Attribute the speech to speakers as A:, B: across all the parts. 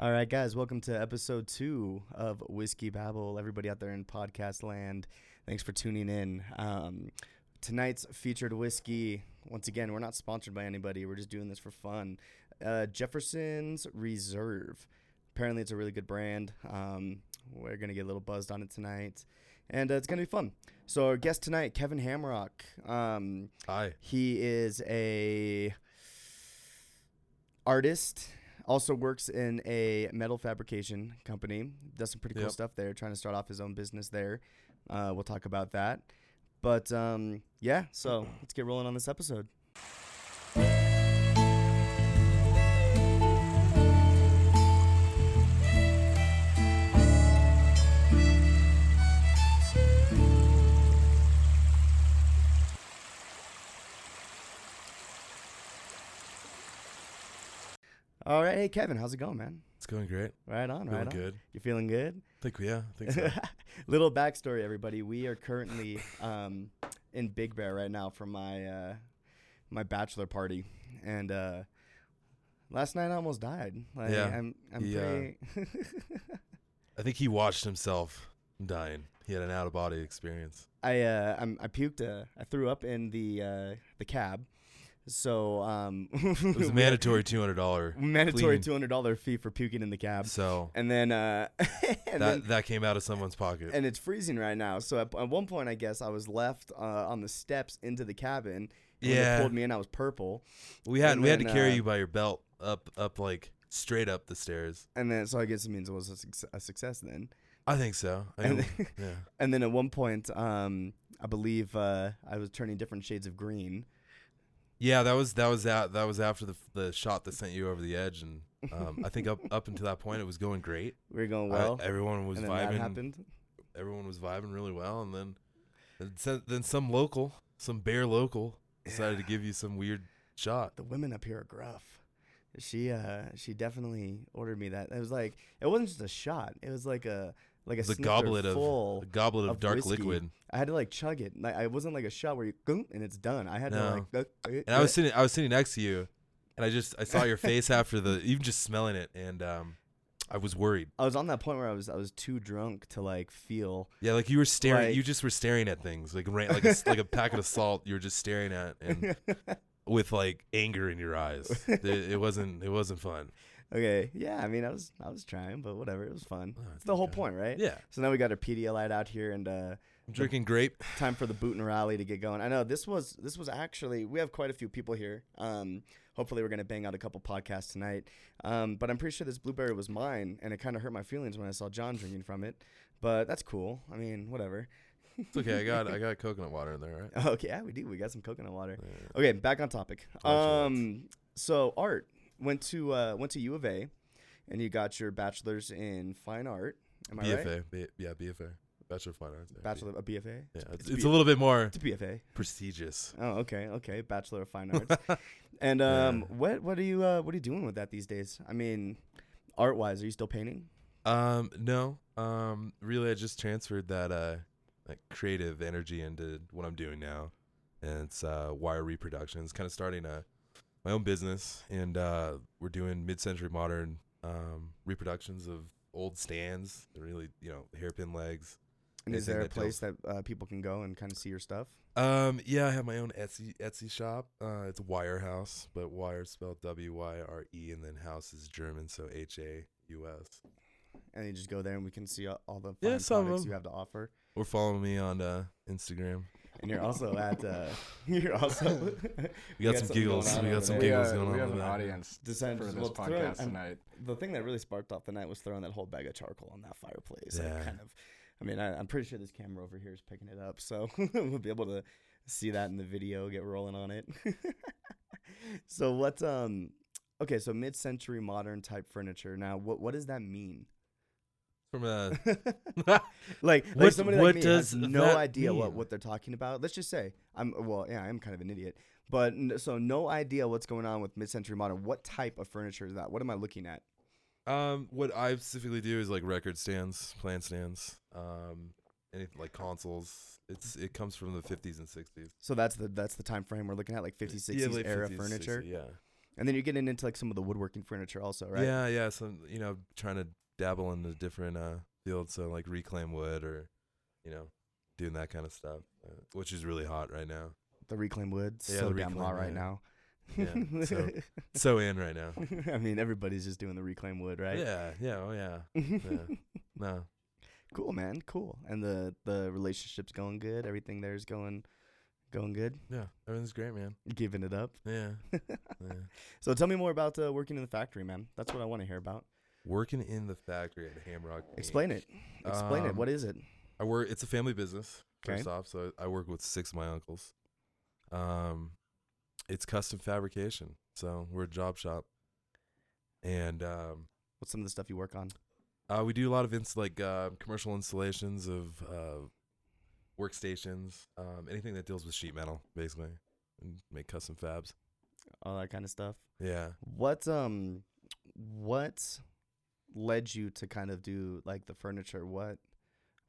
A: All right, guys, welcome to episode two of Whiskey Babble. Everybody out there in podcast land, thanks for tuning in. Um, tonight's featured whiskey, once again, we're not sponsored by anybody, we're just doing this for fun. Uh, Jefferson's Reserve. Apparently, it's a really good brand. Um, we're going to get a little buzzed on it tonight, and uh, it's going to be fun. So, our guest tonight, Kevin Hamrock. Um,
B: Hi.
A: he is a artist. Also works in a metal fabrication company. Does some pretty cool
B: Yep.
A: stuff there. Trying to start off his own business there. Uh, we'll talk about that. But um, yeah, so let's get rolling on this episode. All right, hey Kevin, how's it going, man?
B: It's going great.
A: Right on,
B: Feeling
A: right on.
B: good.
A: You feeling good?
B: Think we, yeah, I think so.
A: Little backstory, everybody. We are currently um, in Big Bear right now for my uh, my bachelor party, and uh, last night I almost died. Like,
B: Yeah.
A: I'm I'm
B: Yeah.
A: pretty.
B: I think he watched himself dying. He had an out of body experience.
A: I uh, I'm, I puked. Uh, I threw up in the uh, the cab, so um,
B: It was a mandatory two hundred dollar.
A: mandatory
B: cleaning.
A: two hundred dollar fee for puking in the cab,
B: So
A: and then uh, and
B: that
A: then
B: that came out of someone's pocket.
A: and it's freezing right now. So at, at one point, I guess I was left uh, on the steps into the cabin. And When
B: Yeah.
A: they pulled me in. I was purple,
B: we had
A: and
B: we had to
A: then,
B: carry
A: uh,
B: you by your belt up up like straight up the stairs.
A: and then so I guess it means it was a, suc a success then.
B: I think so. I
A: And
B: mean,
A: then-
B: yeah.
A: And then at one point, um, I believe uh, I was turning different shades of green.
B: Yeah, that was that was that that was after the the shot that sent you over the edge, and um, I think up up until that point it was going great.
A: We were going
B: I-
A: well,
B: everyone was
A: and then that
B: vibing.
A: happened.
B: everyone was vibing really well, and then and sen- then some local, some bare local, decided to give you some weird shot.
A: The women up here are gruff. She uh, she definitely ordered me that. It was like it wasn't just a shot. It was like a like a
B: The
A: snifter
B: goblet of
A: full.
B: a goblet of,
A: of
B: dark
A: whiskey.
B: liquid,
A: I had to like chug it. Like I wasn't like a shot where you "Goom," and it's done. I had
B: No.
A: to like. "Guk,"
B: and I was sitting, I was sitting next to you, and I just I saw your face after the even just smelling it, and um, I was worried.
A: I was on that point where I was I was too drunk to like feel.
B: Yeah, like you were staring,
A: Like-
B: you just were staring at things like ran, like a, s- like a packet of salt. You were just staring at and with like anger in your eyes. It, it wasn't it wasn't fun.
A: okay, yeah. I mean, I was I was trying, but whatever. It was fun.
B: Oh,
A: It's the whole
B: okay.
A: point, right?
B: Yeah,
A: So now we got our Pedialyte out here, and uh,
B: drinking grape.
A: time for the boot and rally to get going. I know this was this was actually we have quite a few people here. Um, hopefully we're gonna bang out a couple podcasts tonight. Um, but I'm pretty sure this blueberry was mine, and it kind of hurt my feelings when I saw John drinking from it. But that's cool. I mean, whatever.
B: It's okay. I got I got coconut water in there, right?
A: Okay, yeah, we do. We got some coconut water.
B: Yeah.
A: Okay, back on topic.
B: Alright,
A: Um, so art went to uh, went to U of A, and you got your bachelor's in fine art. Am I
B: BFA,
A: right?
B: B- yeah, BFA, Bachelor of Fine Arts. yeah, B-
A: Bachelor of BFA.
B: Yeah, it's,
A: it's
B: it's,
A: B-
B: a little bit more
A: It's a BFA.
B: prestigious.
A: Oh, okay, okay. Bachelor of Fine Arts. and um, what what are you uh, what are you doing with that these days? I mean, art wise, are you still painting?
B: Um, no, um, really, I just transferred that uh, like creative energy into what I'm doing now, and it's uh, Wire Reproductions, kind of starting a my own business, and uh, we're doing mid-century modern um, reproductions of old stands, really, you know, hairpin legs.
A: And is
B: Anything
A: there a
B: that
A: place that uh, people can go and kind of see your stuff?
B: Um, yeah, I have my own Etsy Etsy shop. Uh, it's Wire House, but Wire is spelled W Y R E, and then House is German, so H A U S.
A: And you just go there, and we can see all, all the fine
B: Yeah, some of
A: products
B: them.
A: you have to offer.
B: Or follow me on uh, Instagram.
A: And you're also at uh, you're also
B: We got
A: got
B: some
A: something going
B: giggles.
A: on
B: We
A: over
B: got some
A: there.
B: giggles
C: we, uh,
B: going on.
C: we have
B: over
C: an
B: there.
C: audience
A: Decided
C: for
A: to-
C: this
A: well, throw it-
C: podcast
A: I'm-
C: tonight.
A: the thing that really sparked off the night was throwing that whole bag of charcoal on that fireplace. Yeah.
B: Yeah.
A: kind of, I mean, I, I'm pretty sure this camera over here is picking it up, so we'll be able to see that in the video, get rolling on it. so what? Um, okay, so mid-century modern type furniture. Now, what what does that mean?
B: From a
A: like, like
B: What-
A: somebody like
B: what
A: me has
B: does
A: no
B: that
A: idea what
B: mean?
A: what they're talking about. Let's just say I'm well, yeah, I'm kind of an idiot, but n- so no idea what's going on with mid-century modern. What type of furniture is that? What am I looking at?
B: um, what I specifically do is like record stands, plan stands, um, anything like consoles. It's it comes from the 50s and 60s.
A: So that's the that's the time frame we're looking at, like 50s, 60s
B: Yeah, late
A: era
B: 50s,
A: furniture.
B: 60s, yeah.
A: And then you're getting into like some of the woodworking furniture also, right?
B: Yeah, yeah. So you know, trying to dabble in the different uh, fields, so like reclaim wood or you know, doing that kind of stuff, uh, which is really hot right now.
A: The reclaim wood,
B: Yeah,
A: so
B: the
A: damn hot
B: reclaim,
A: right
B: yeah.
A: now.
B: Yeah, so- So in right now.
A: I mean, everybody's just doing the reclaim wood, right?
B: Yeah, yeah, oh yeah. No,
A: cool, man. Cool. And the the relationship's going good. Everything there's going going good.
B: yeah, everything's great, man.
A: Giving it up.
B: Yeah, yeah.
A: So tell me more about uh, working in the factory, man. That's what I want to hear about.
B: Working in the factory at Hamrock. Inc.
A: Explain it. Explain it.
B: Um,
A: What is it?
B: I work. It's a family business.
A: 'Kay.
B: First off, so I work with six of my uncles. Um, it's custom fabrication, so we're a job shop, and um,
A: What's some of the stuff you work on?
B: Uh, we do a lot of ins- like uh, commercial installations of uh, workstations, um, anything that deals with sheet metal, basically, and make custom fabs.
A: All that kind of stuff.
B: Yeah.
A: What um what led you to kind of do like the furniture? What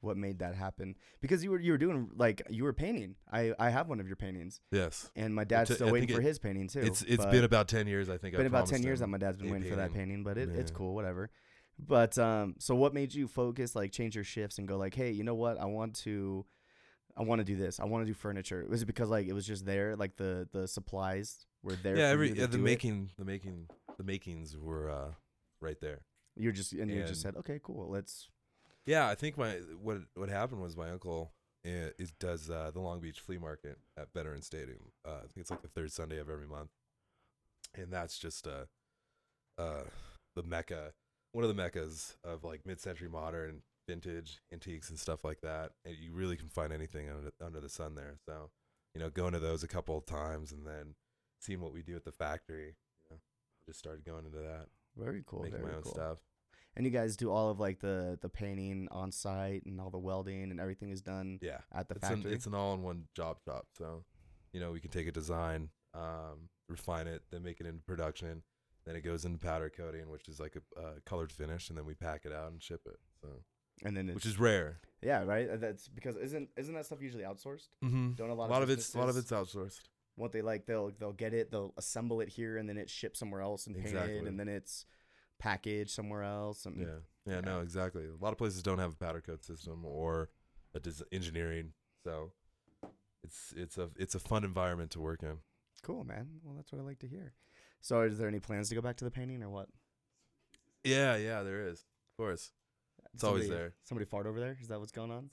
A: what made that happen? Because you were you were doing like you were painting. I I have one of your paintings,
B: Yes.
A: and my dad's
B: t- I
A: still waiting
B: think
A: for
B: it-
A: his painting too.
B: It's it's
A: but
B: been about ten years, I think. I
A: been about ten
B: promised
A: years that
B: him.
A: my dad's been
B: a
A: waiting for that painting, but it, it's
B: Yeah.
A: cool, whatever. But um, so what made you focus, like change your shifts and go like, hey, you know what? I want to, I want to do this. I want to do furniture. Was it because like it was just there, like the the supplies were there?
B: yeah.
A: for
B: Every
A: you to
B: yeah, the
A: do it?
B: making the making the makings were uh, right there.
A: You're just and, you just
B: And-
A: said, okay, cool. Let's.
B: Yeah, I think my what what happened was my uncle eh, is does uh, the Long Beach Flea Market at Veteran Stadium. Uh, I think it's like the third Sunday of every month, and that's just uh, uh, the mecca, one of the meccas of like mid-century modern, vintage, antiques, and stuff like that. And you really can find anything under under the sun there. So, you know, going to those a couple of times and then seeing what we do at the factory, you know, just started going into that,
A: Very cool.
B: making
A: very
B: my own
A: cool.
B: stuff.
A: And you guys do all of like the the painting on site and all the welding and everything is done
B: Yeah.
A: at the
B: it's an,
A: factory.
B: it's an all-in-one job shop so you know we can take a design um, refine it then make it into production then it goes into powder coating which is like a uh, colored finish and then we pack it out and ship it so
A: and then it's,
B: which is rare
A: yeah, right. Uh, That's because isn't isn't that stuff usually outsourced?
B: mm-hmm.
A: Don't a
B: a
A: lot,
B: lot
A: of
B: of it's a lot of
A: businesses-
B: it's outsourced
A: what they like they'll they'll get it they'll assemble it here and then it's shipped somewhere else and painted
B: Exactly.
A: and then it's packaged somewhere else and
B: yeah. Mm. yeah no exactly a lot of places don't have a powder coat system or a des- engineering so it's it's a it's a fun environment to work in
A: cool man well that's what i like to hear so is there any plans to go back to the painting or what
B: yeah yeah there is of course it's always
A: Somebody-
B: there
A: somebody fart over there is that what's going on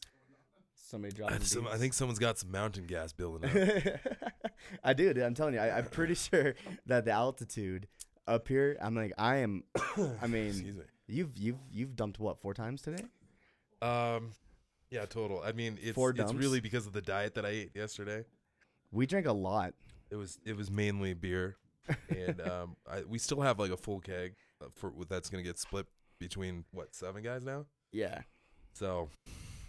A: somebody
B: I,
A: dropped
B: have some, I think someone's got some mountain gas building up
A: I do, dude. I'm telling you, I, I'm pretty sure that the altitude up here. I'm like, I am. I mean,
B: Excuse me.
A: you've you've you've dumped what four times today?
B: Um, yeah, total. I mean, it's
A: Four
B: it's
A: dumps?
B: really because of the diet that I ate yesterday.
A: We drank a lot.
B: It was it was mainly beer, and um, I, we still have like a full keg uh, for that's gonna get split between what seven guys now.
A: Yeah.
B: So,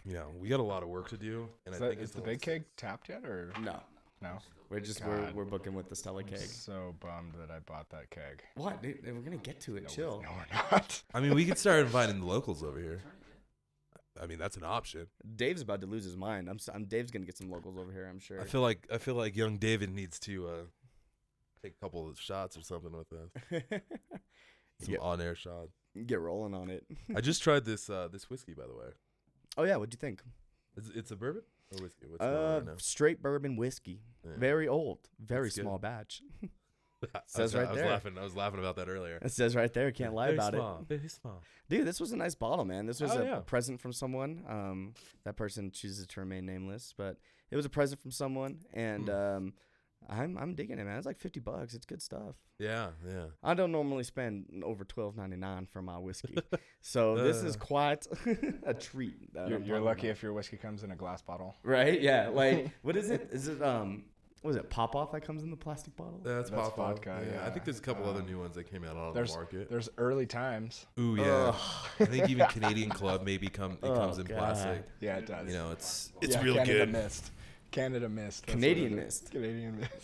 B: you know, we got a lot of work to do, and
C: Is,
B: I
C: that,
B: think
C: is
B: it's
C: the
B: a-
C: big keg tapped yet or
A: No,
C: no?
A: we're just
C: God.
A: we're we're booking with the Stella keg.
C: So bummed that I bought that keg.
A: What? Dude, we're gonna get to it. Chill.
C: No, we're not.
B: I mean, we could start inviting the locals over here. I mean, that's an option.
A: Dave's about to lose his mind. I'm, s am Dave's gonna get some locals over here. I'm sure.
B: I feel like I feel like young David needs to uh, take a couple of shots or something with us, some
A: Yeah.
B: on-air shot.
A: get rolling on it.
B: I just tried this uh, this whiskey, by the way.
A: Oh yeah, what'd you think?
B: It's, it's a bourbon or whiskey? What's going
A: Uh,
B: on right
A: straight bourbon whiskey.
B: Yeah.
A: Very old. Very
B: It's good.
A: small batch.
B: now? I
A: says
B: was,
A: right
B: I was
A: there.
B: laughing. I was laughing about that earlier.
A: It says right there. Can't lie
B: Very
A: about it.
B: small, Very small.
A: Dude, this was a nice bottle, man. This was
B: Oh,
A: a
B: yeah.
A: present from someone. Um, that person chooses to remain nameless, but it was a present from someone, and
B: Hmm.
A: um, I'm I'm digging it, man. It's like fifty bucks. It's good stuff.
B: Yeah, yeah.
A: I don't normally spend over twelve ninety nine for my whiskey, so this is
B: Uh.
A: quite a treat. that
C: You're,
A: I'm
C: you're
A: talking
C: lucky
A: about.
C: if your whiskey comes in a glass bottle.
A: right? Yeah, like what is it? Is it um, what is it? Pop off that comes in the plastic bottle?
B: That's,
C: That's
B: pop off.
C: vodka,
B: I think
C: yeah.
B: there's a couple other
C: Um,
B: new ones that came out on the
C: There's
B: market.
C: there's early times.
B: Ooh yeah. I think even Canadian Club maybe come it comes
A: Oh,
B: in plastic.
C: Yeah, it does.
B: You know, it's it's
C: Yeah,
B: real
C: Canada
B: good.
C: Mist. Canada Mist. that's what
A: Canadian
C: it is.
A: Mist.
C: Canadian Mist.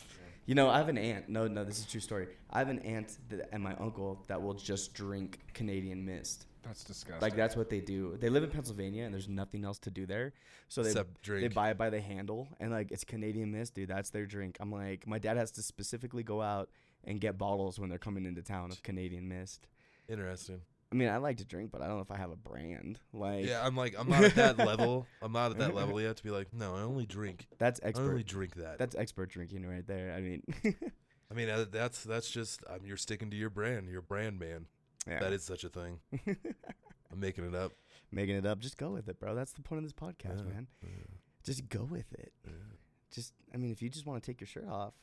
A: You know, I have an aunt. No, no, this is a true story. I have an aunt that, and my uncle that will just drink Canadian Mist.
C: That's disgusting.
A: Like that's what they do. They live in Pennsylvania and there's nothing else to do there, so they
B: Except
A: they
B: drink.
A: buy it by the handle and like it's Canadian Mist, dude. That's their drink. I'm like, my dad has to specifically go out and get bottles when they're coming into town of Canadian Mist.
B: Interesting.
A: I mean, I like to drink, but I don't know if I have a brand. Like
B: Yeah, I'm like I'm not at that level. I'm not at that level yet to be like, no, I only drink.
A: that's
B: I
A: expert.
B: only drink that.
A: that's expert drinking right there. I mean,
B: I mean, uh, that's that's just um, you're sticking to your brand. You're a brand man.
A: yeah.
B: That is such a thing. I'm making it up.
A: making it up. Just go with it, bro. That's the point of this podcast,
B: Yeah,
A: man.
B: yeah,
A: Just go with it.
B: yeah.
A: Just, I mean, if you just want to take your shirt off,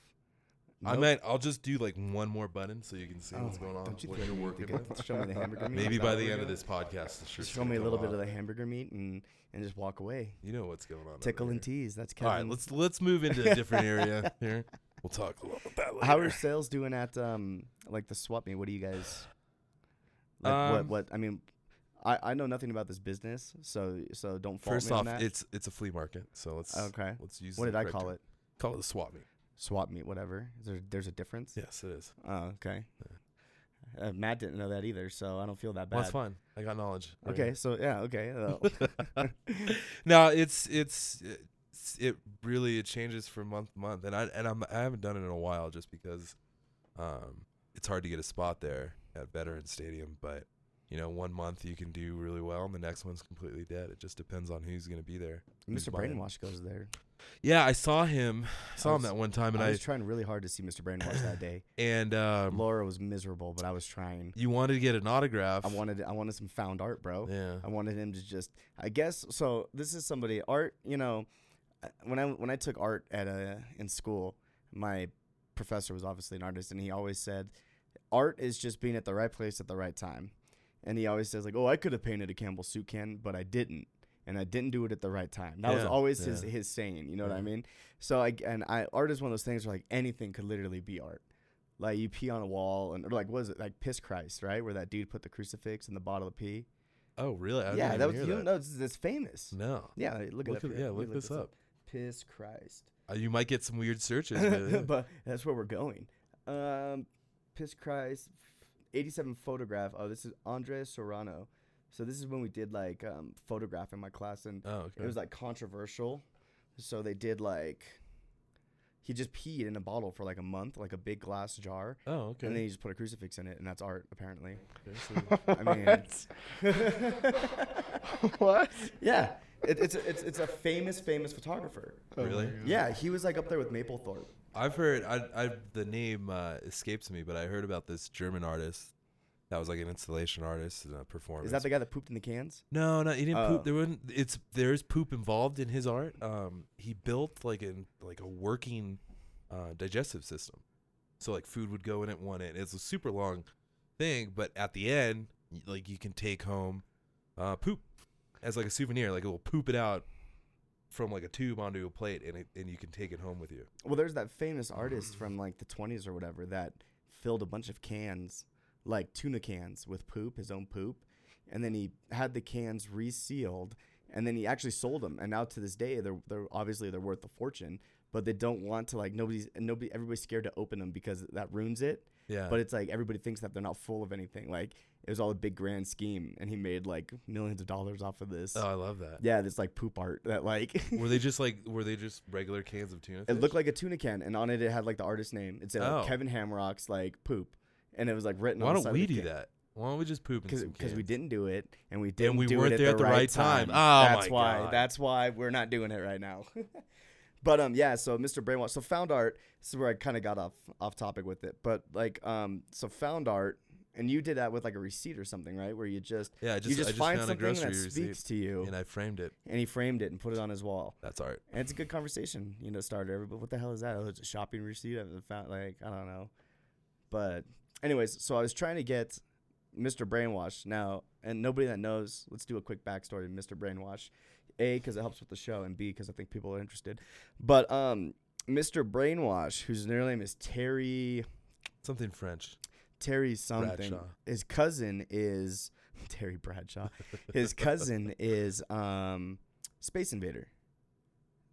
B: I
A: nope.
B: might. I'll just do like one more button so you can see what's
A: Oh,
B: going on.
A: Don't you
B: what
A: think
B: you're
A: you need
B: working
A: to get-
B: with.
A: Show me the E hamburger meat.
B: Maybe by
C: that
B: the
C: what
B: end of
C: it
B: this podcast, the shirt's
A: Show me
B: gonna
A: a little
B: come
A: bit of the
B: off.
A: hamburger meat and and just walk away.
B: You know what's going on. over
A: Tickle and
B: here.
A: tease. That's
B: All
A: Kevin.
B: right, let's let's move into a different area here. We'll talk a little about that later.
A: How are sales doing at um like the swap meet? What do you guys like?
B: Um,
A: what what I mean, I I know nothing about this business, so so don't fault
B: First
A: me
B: off,
A: on that.
B: it's it's a flea market, so let's
A: okay.
B: let's use.
A: What
B: the
A: did I
B: correct
A: call
B: term.
A: it?
B: Call it a swap meet.
A: Swap meet, whatever. Is there there's a difference?
B: Yes, it is.
A: Oh, okay. Uh, Matt didn't know that either, so I don't feel that bad.
B: Well, that's fine. I got knowledge. right
A: Okay,
B: here.
A: so yeah, okay. uh,
B: no, it's it's it's- it really it changes from month to month, and I and I'm I haven't done it in a while just because um it's hard to get a spot there at Veteran Stadium, but you know one month you can do really well, and the next one's completely dead. It just depends on who's gonna be there. Who's
A: Mr.
B: buying?
A: Brainwash goes there.
B: Yeah, I saw him, saw
A: was-
B: him that one time, and
A: I
B: I,
A: was trying really hard to see Mr. Brainwash that day.
B: and um,
A: Laura was miserable, but I was trying.
B: you wanted to get an autograph.
A: I wanted I wanted some found art, bro.
B: yeah.
A: I wanted him to just I guess so this is somebody art, you know, uh, when I when I took art at a in school, my professor was obviously an artist and he always said art is just being at the right place at the right time. And he always says like, "Oh, I could have painted a Campbell soup can, but I didn't." And I didn't do it at the right time. That was
B: Yeah,
A: always his
B: yeah.
A: his saying, you know what I
B: Yeah.
A: mean? So I and I art is one of those things where like anything could literally be art. Like you pee on a wall and or like what is it? Like piss Christ, right? Where that dude put the crucifix in the bottle of pee
B: Oh, really? I
A: yeah,
B: didn't
A: that
B: even
A: was
B: hear
A: you know it's, it's famous.
B: No.
A: Yeah, like, look,
B: Look
A: it up. here.
B: at- yeah,
A: Let me
B: look this up.
A: Piss Christ.
B: Uh, you might get some weird searches. but, yeah.
A: but that's where we're going. Um, Piss Christ, eighty-seven photograph. Oh, this is Andres Serrano. So this is when we did like um, photograph in my class, and
B: oh, okay.
A: it was like controversial. So they did like he just peed in a bottle for like a month, like a big glass jar,
B: oh, okay.
A: and then he just put a crucifix in it, and that's art apparently.
B: Okay, so-
A: I mean,
C: what?
A: yeah, it, it's a, it's it's a famous famous photographer.
C: Oh
B: Really?
A: Yeah, he was like up there with Maplethorpe.
B: I've heard I, I the name uh, escapes me, but I heard about this German artist that was like an installation artist and a performer.
A: Is that the guy that pooped in the cans?
B: no, no, he didn't
A: Oh.
B: poop. There wasn't. It's there's poop involved in his art. Um, he built like an like a working uh, digestive system, so like food would go in it, one in. It's a super long thing, but at the end, y- like you can take home uh, poop as like a souvenir. Like it will poop it out from like a tube onto a plate, and it, and you can take it home with you.
A: Well, there's that famous artist from like the 20s or whatever that filled a bunch of cans, like tuna cans, with poop, his own poop, and then he had the cans resealed, and then he actually sold them. And now to this day, they're they're obviously they're worth a fortune, but they don't want to like nobody's nobody everybody's scared to open them because that ruins it.
B: Yeah,
A: But it's like everybody thinks that they're not full of anything. Like it was all a big grand scheme, and he made like millions of dollars off of this.
B: oh, I love that.
A: yeah, this like poop art that like
B: Were they just like were they just regular cans of tuna?
A: it looked like a tuna can, and on it it had like the artist's name. It said like,
B: Oh.
A: Kevin Hamrock's like poop, and it was like written.
B: Why
A: on the
B: don't
A: side
B: we
A: of the
B: do that? Why don't we just poop in some
A: Because we
B: cans?
A: didn't do it, and we didn't.
B: we
A: do
B: weren't
A: it
B: there
A: at the right, time.
B: Oh,
A: that's
B: my
A: why.
B: God.
A: That's why we're not doing it right now. but um, yeah. So Mr. Brainwash. So found art. This is where I kind of got off off topic with it. But like um, so found art, and you did that with like a receipt or something, right? Where you just
B: Yeah, I
A: you
B: just-
A: just
B: I just
A: find
B: found a
A: something that
B: grocery receipt
A: speaks to you,
B: and I framed it.
A: and he framed it and put it on his wall.
B: That's art.
A: And it's a good conversation, you know, starter. Everybody, what the hell is that? Oh, it's a shopping receipt. I haven't found, like, I don't know. But, anyways, so I was trying to get Mr. Brainwash now, and nobody that knows, let's do a quick backstory of Mr. Brainwash. A, because it helps with the show, and B, because I think people are interested. But, um, Mr. Brainwash, whose real name is Terry,
B: Something French.
A: Terry something.
B: Bradshaw.
A: His cousin is Terry Bradshaw. His cousin is, um, Space Invader.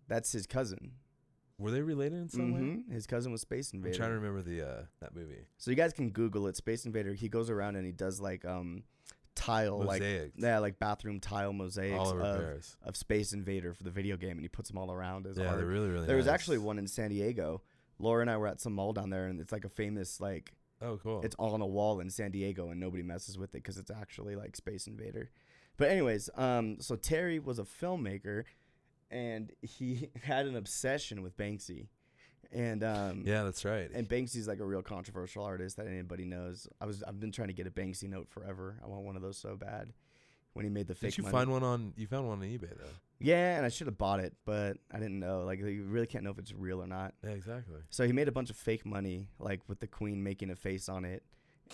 A: That's his cousin.
B: Were they related in some way?
A: Mm-hmm. His cousin was Space
B: I'm trying to
A: Invader.
B: remember the uh, that movie.
A: So you guys can Google it. Space Invader. He goes around and he does like um tile like
B: Mosaic.
A: yeah like bathroom tile mosaics
B: Oliver
A: of,
B: Paris.
A: of Space Invader for the video game, and he puts them all around as
B: Yeah,
A: art.
B: they're really really.
A: there was
B: nice.
A: actually one in San Diego Laura and I were at some mall down there, and it's like a famous like
B: Oh, cool.
A: it's all on a wall in San Diego, and nobody messes with it because it's actually like Space Invader. But anyways, um, so Terry was a filmmaker, and he had an obsession with Banksy, and um,
B: yeah, that's right.
A: and Banksy's like a real controversial artist that anybody knows. I was I've been trying to get a Banksy note forever. I want one of those so bad. When he made the fake
B: Did you
A: money.
B: find one on? You found one on eBay though.
A: Yeah, and I should have bought it, but I didn't know. Like, you really can't know if it's real or not.
B: Yeah, exactly.
A: So he made a bunch of fake money, like with the queen making a face on it,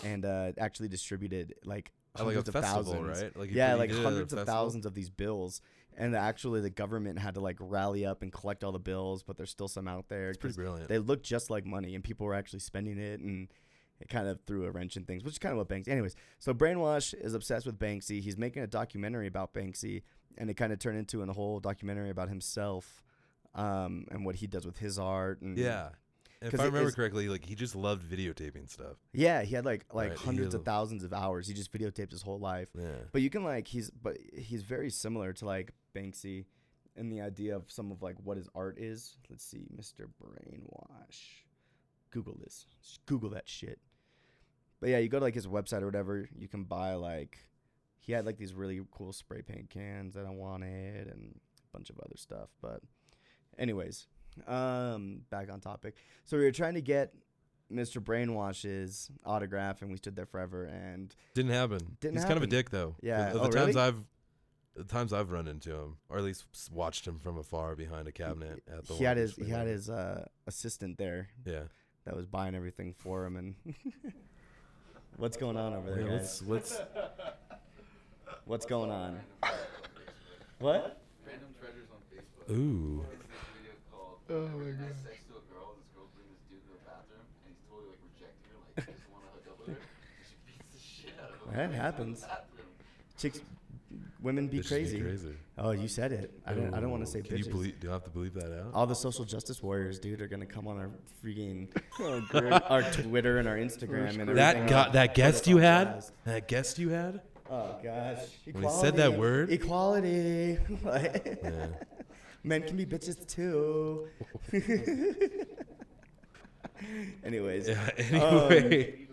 A: and uh, actually distributed like
B: At like
A: hundreds
B: a
A: of
B: festival,
A: thousands.
B: right? Like if
A: Yeah,
B: you
A: like
B: did it at a
A: hundreds of
B: festival?
A: thousands of these bills, and actually the government had to like rally up and collect all the bills, but there's still some out there.
B: It's pretty
A: 'cause
B: brilliant.
A: they looked just like money, and people were actually spending it, and it kind of threw a wrench in things, which is kind of what Banksy. Anyways, so Brainwash is obsessed with Banksy. He's making a documentary about Banksy, and it kind of turned into a whole documentary about himself um, and what he does with his art. And
B: yeah. And
A: Mm-hmm. 'Cause
B: If I
A: it
B: remember
A: is-
B: correctly, like he just loved videotaping stuff.
A: yeah, he had like like
B: Right, he
A: hundreds
B: is-
A: of thousands of hours. He just videotaped his whole life.
B: Yeah.
A: But you can like he's but he's very similar to like Banksy in the idea of some of like what his art is. Let's see, Mr. Brainwash. Google this. Just Google that shit. But yeah, you go to like his website or whatever, you can buy like he had like these really cool spray paint cans that I wanted and a bunch of other stuff. But anyways, um back on topic. So we were trying to get Mr. Brainwash's autograph and we stood there forever and
B: Didn't happen.
A: Didn't
B: He's kind of a
A: happen.
B: dick though.
A: Yeah.
B: Of the
A: Oh,
B: times
A: really?
B: I've the times I've run into him, or at least s- watched him from afar behind a cabinet at the
A: he had
B: Walmart
A: his he
B: display
A: had
B: there.
A: his uh, assistant there
B: Yeah.
A: that was buying everything for him and what's going on over there
B: Yeah,
A: guys
B: let's let's
A: what's going on what
D: Random treasures on Facebook.
B: ooh.
D: It's this video called oh my God. sex to a girl and this girl brings this dude to the bathroom and he's totally like rejecting her, like he doesn't want to hook up with her. And she beats the shit out of him.
A: That
D: in the
A: happens.
D: bathroom.
A: chicks women be
B: Bitches be
A: crazy.
B: crazy.
A: oh you said it i don't i don't want to say
B: Can you
A: bitches
B: believe, do I have to believe that out?
A: all the social justice warriors dude are gonna come on our freaking our twitter and our instagram and everything
B: Oh, that got
A: else.
B: that guest you had?
A: Apologize.
B: That guest you had?
A: oh gosh
B: When he said that
A: Equality.
B: word?
A: equality Like-
B: Yeah.
A: Men can be bitches too. Anyways.
B: yeah
A: Oh.
B: anyway.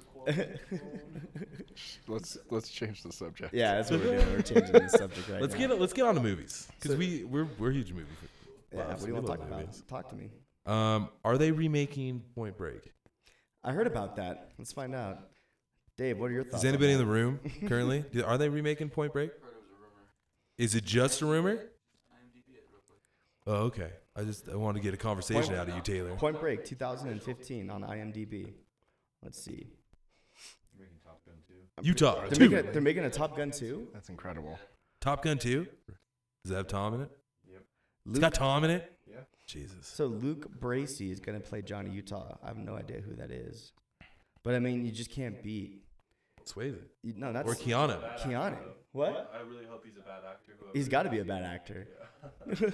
C: Let's let's change the subject.
A: Yeah, that's what we're doing. We're changing the subject right
B: let's
A: now.
B: get let's get on to movies because
A: So-
B: we we're we're huge movie. f-
A: Yeah, what
B: buffs.
A: do you
B: We
A: want to
B: love
A: talk
B: movies.
A: about? Talk to me.
B: Um, are they remaking Point Break?
A: I heard about that. Let's find out. Dave, what are your thoughts?
B: Is anybody in the room currently? Do- Are they remaking Point Break? Is it just a rumor? Oh, okay. I just I want to get a conversation out of you, Taylor.
A: Point Break 2015 on IMDb. Let's see.
B: Utah
A: They're making,
B: two,
A: a, they're making a Top Gun 2?
C: That's incredible.
B: Top Gun two. Does that have Tom in it? It's
A: Luke,
B: got Tom in it. Yeah. Jesus.
A: so Luke Bracey is going to play Johnny Utah. I have no idea who that is. But I mean, you just can't beat.
B: Swayze
A: you- No, that's
B: or Keanu.
A: Keanu. What?
E: I really hope he's a bad actor. Whoever
A: He's got to be a bad actor.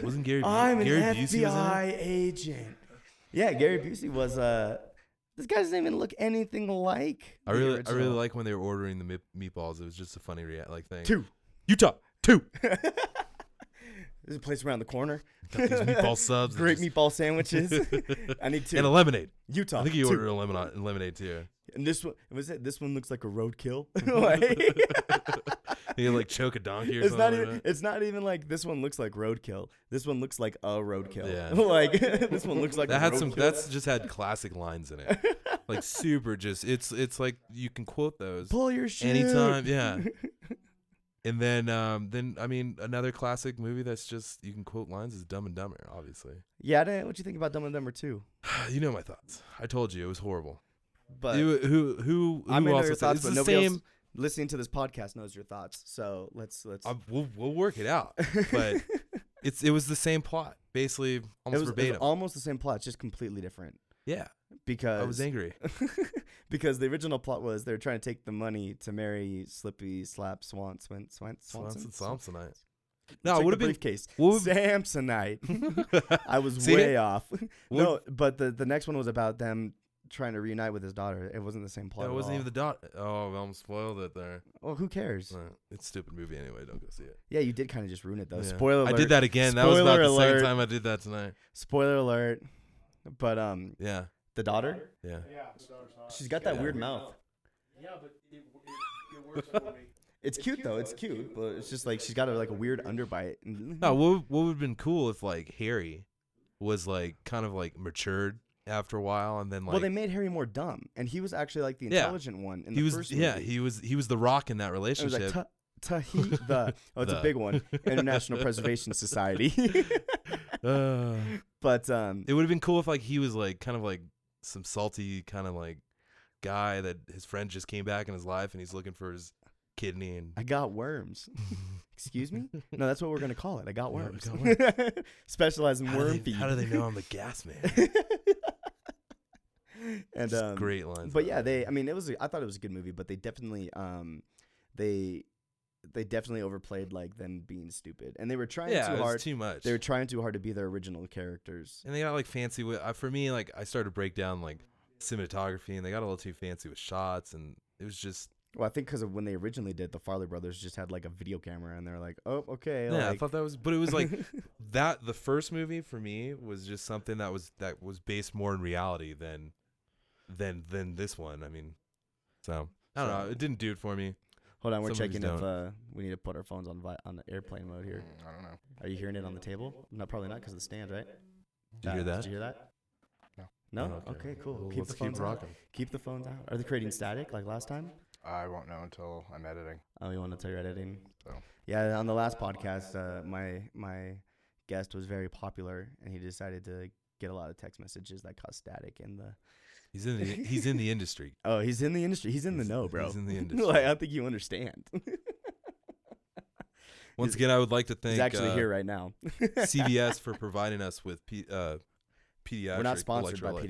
B: Wasn't Gary? Bu-
A: I'm an
B: Gary Busey was in it?
A: FBI agent. Yeah, Gary Busey was. Uh, this guy doesn't even look anything like.
B: I
A: the
B: really, I really
A: original.
B: like when they were ordering the meat- meatballs. It was just a funny react like thing.
A: two.
B: Utah two.
A: There's a place around the corner.
B: Got these meatball subs. and
A: Great
B: just-
A: meatball sandwiches. I need two.
B: and a lemonade.
A: Utah.
B: I think you
A: two.
B: ordered a lemonade, lemonade too.
A: And this one was it. This one looks like a roadkill. like,
B: You like choke a donkey or
A: it's
B: something.
A: not
B: like
A: even.
B: that.
A: It's not even like this one looks like roadkill. This one looks like a roadkill.
B: Yeah.
A: like this one looks like a
B: That had some.
A: roadkill.
B: That's just had classic lines in it, like super. Just it's it's like you can quote those
A: Pull your shoe.
B: anytime. Yeah. And then um then I mean another classic movie that's just you can quote lines is Dumb and Dumber, obviously.
A: Yeah. I didn't- What you think about Dumb and Dumber Two?
B: You know my thoughts. I told you it was horrible.
A: But
B: you, who who who
A: I may know
B: also
A: your
B: said-
A: thoughts,
B: it's
A: but
B: the
A: nobody
B: same-
A: else listening to this podcast knows your thoughts. So let's let's.
B: I- we'll, we'll work it out. But it's it was the same plot, basically
A: it,
B: almost
A: was, it was
B: verbatim.
A: almost the same plot, it's just completely different
B: yeah,
A: because
B: I was angry.
A: because the original plot was they're trying to take the money to marry Slippy Slap Swan Swan Swan
B: Swanson
A: Swanson.
B: Thompsonite.
A: It's
B: No,
A: like
B: it would
A: the
B: have been
A: briefcase.
B: would've-
A: Samsonite. I was
B: See?
A: way off. no,
B: Would've-
A: but the the next one was about them trying to reunite with his daughter. It wasn't the same plot.
B: That
A: at
B: wasn't
A: all.
B: even the dot. Oh, I almost spoiled it there.
A: Well, who cares?
B: Uh, It's a stupid movie anyway. Don't go see it.
A: Yeah, you did kind of just ruin it though.
B: Yeah.
A: Spoiler. Alert.
B: I did that again. that was about
A: Spoiler
B: the
A: alert.
B: second time I did that tonight.
A: Spoiler alert. But um,
B: Yeah.
A: The daughter?
B: Yeah.
E: Yeah, the daughter's hot.
A: She's got that
B: Yeah.
A: weird mouth.
E: Uh, Yeah, but it, it, it works for me.
A: It's cute, though. It's cute, but it's just like she's got a, like a weird underbite.
B: No, what would- what would have been cool if like Harry was like kind of like matured after a while, and then like
A: well, they made Harry more dumb, and he was actually like the
B: Yeah.
A: intelligent one. In
B: he
A: the
B: was
A: first
B: yeah
A: movie.
B: he was he was the rock in that
A: It was
B: relationship.
A: like ta- Tahi the oh, it's
B: The.
A: a big one. International Preservation Society.
B: Uh,
A: but um,
B: it would have been cool if like he was like kind of like some salty kind of like guy that his friend just came back in his life and he's looking for his kidney and
A: I got worms. Excuse me? No, that's what we're gonna call it. I got
B: Yeah, I
A: worms.
B: got
A: Specialize in
B: how,
A: worm
B: do they,
A: feed.
B: how do they know I'm the gas man?
A: and
B: Just
A: um,
B: great lines.
A: But
B: like
A: yeah,
B: that.
A: they. I mean, it was. a- I thought it was a good movie, but they definitely, um, they, they definitely overplayed like them being stupid, and they were trying
B: yeah,
A: too
B: it
A: hard.
B: was too much.
A: they were trying too hard to be their original characters.
B: and they got like fancy with uh, for me like I started to break down like cinematography and they got a little too fancy with shots and it was just
A: Well, I think because of when they originally did, the Farley brothers just had like a video camera, and they're like, "Oh, okay."
B: yeah I
A: like-
B: thought that was but it was like that the first movie for me was just something that was that was based more in reality than than than this one I mean so I don't know
A: So-
B: it didn't do it for me
A: Hold on, we're
B: Some movies
A: checking if
B: don't.
A: uh, we need to put our phones on vi- on airplane mode here.
C: Mm, I don't know.
A: Are you hearing it on the table? No, probably not because of the stand, right?
B: Did you hear
A: Uh,
B: that
A: Did you hear that?
C: No.
A: No.
B: No, okay.
A: okay. cool.
B: Well,
A: keep
B: let's
A: the
B: keep
A: phones out.
B: rocking
A: Keep the phones out. Are they creating static like last time?
C: I won't know until I'm editing.
A: Oh, you want to tell your editing?
C: So.
A: Yeah, on the last podcast, uh, my my guest was very popular, and he decided to get a lot of text messages that caused static in the.
B: he's in the he's in the industry
A: Oh, he's in the industry. He's in
B: He's-
A: the know, bro.
B: he's in the
A: like, I
B: industry.
A: don't think you understand.
B: once again I would like to thank
A: he's actually
B: uh,
A: here right now.
B: CVS for providing us with P, uh, pediatric
A: We're not sponsored by
B: electrolyte.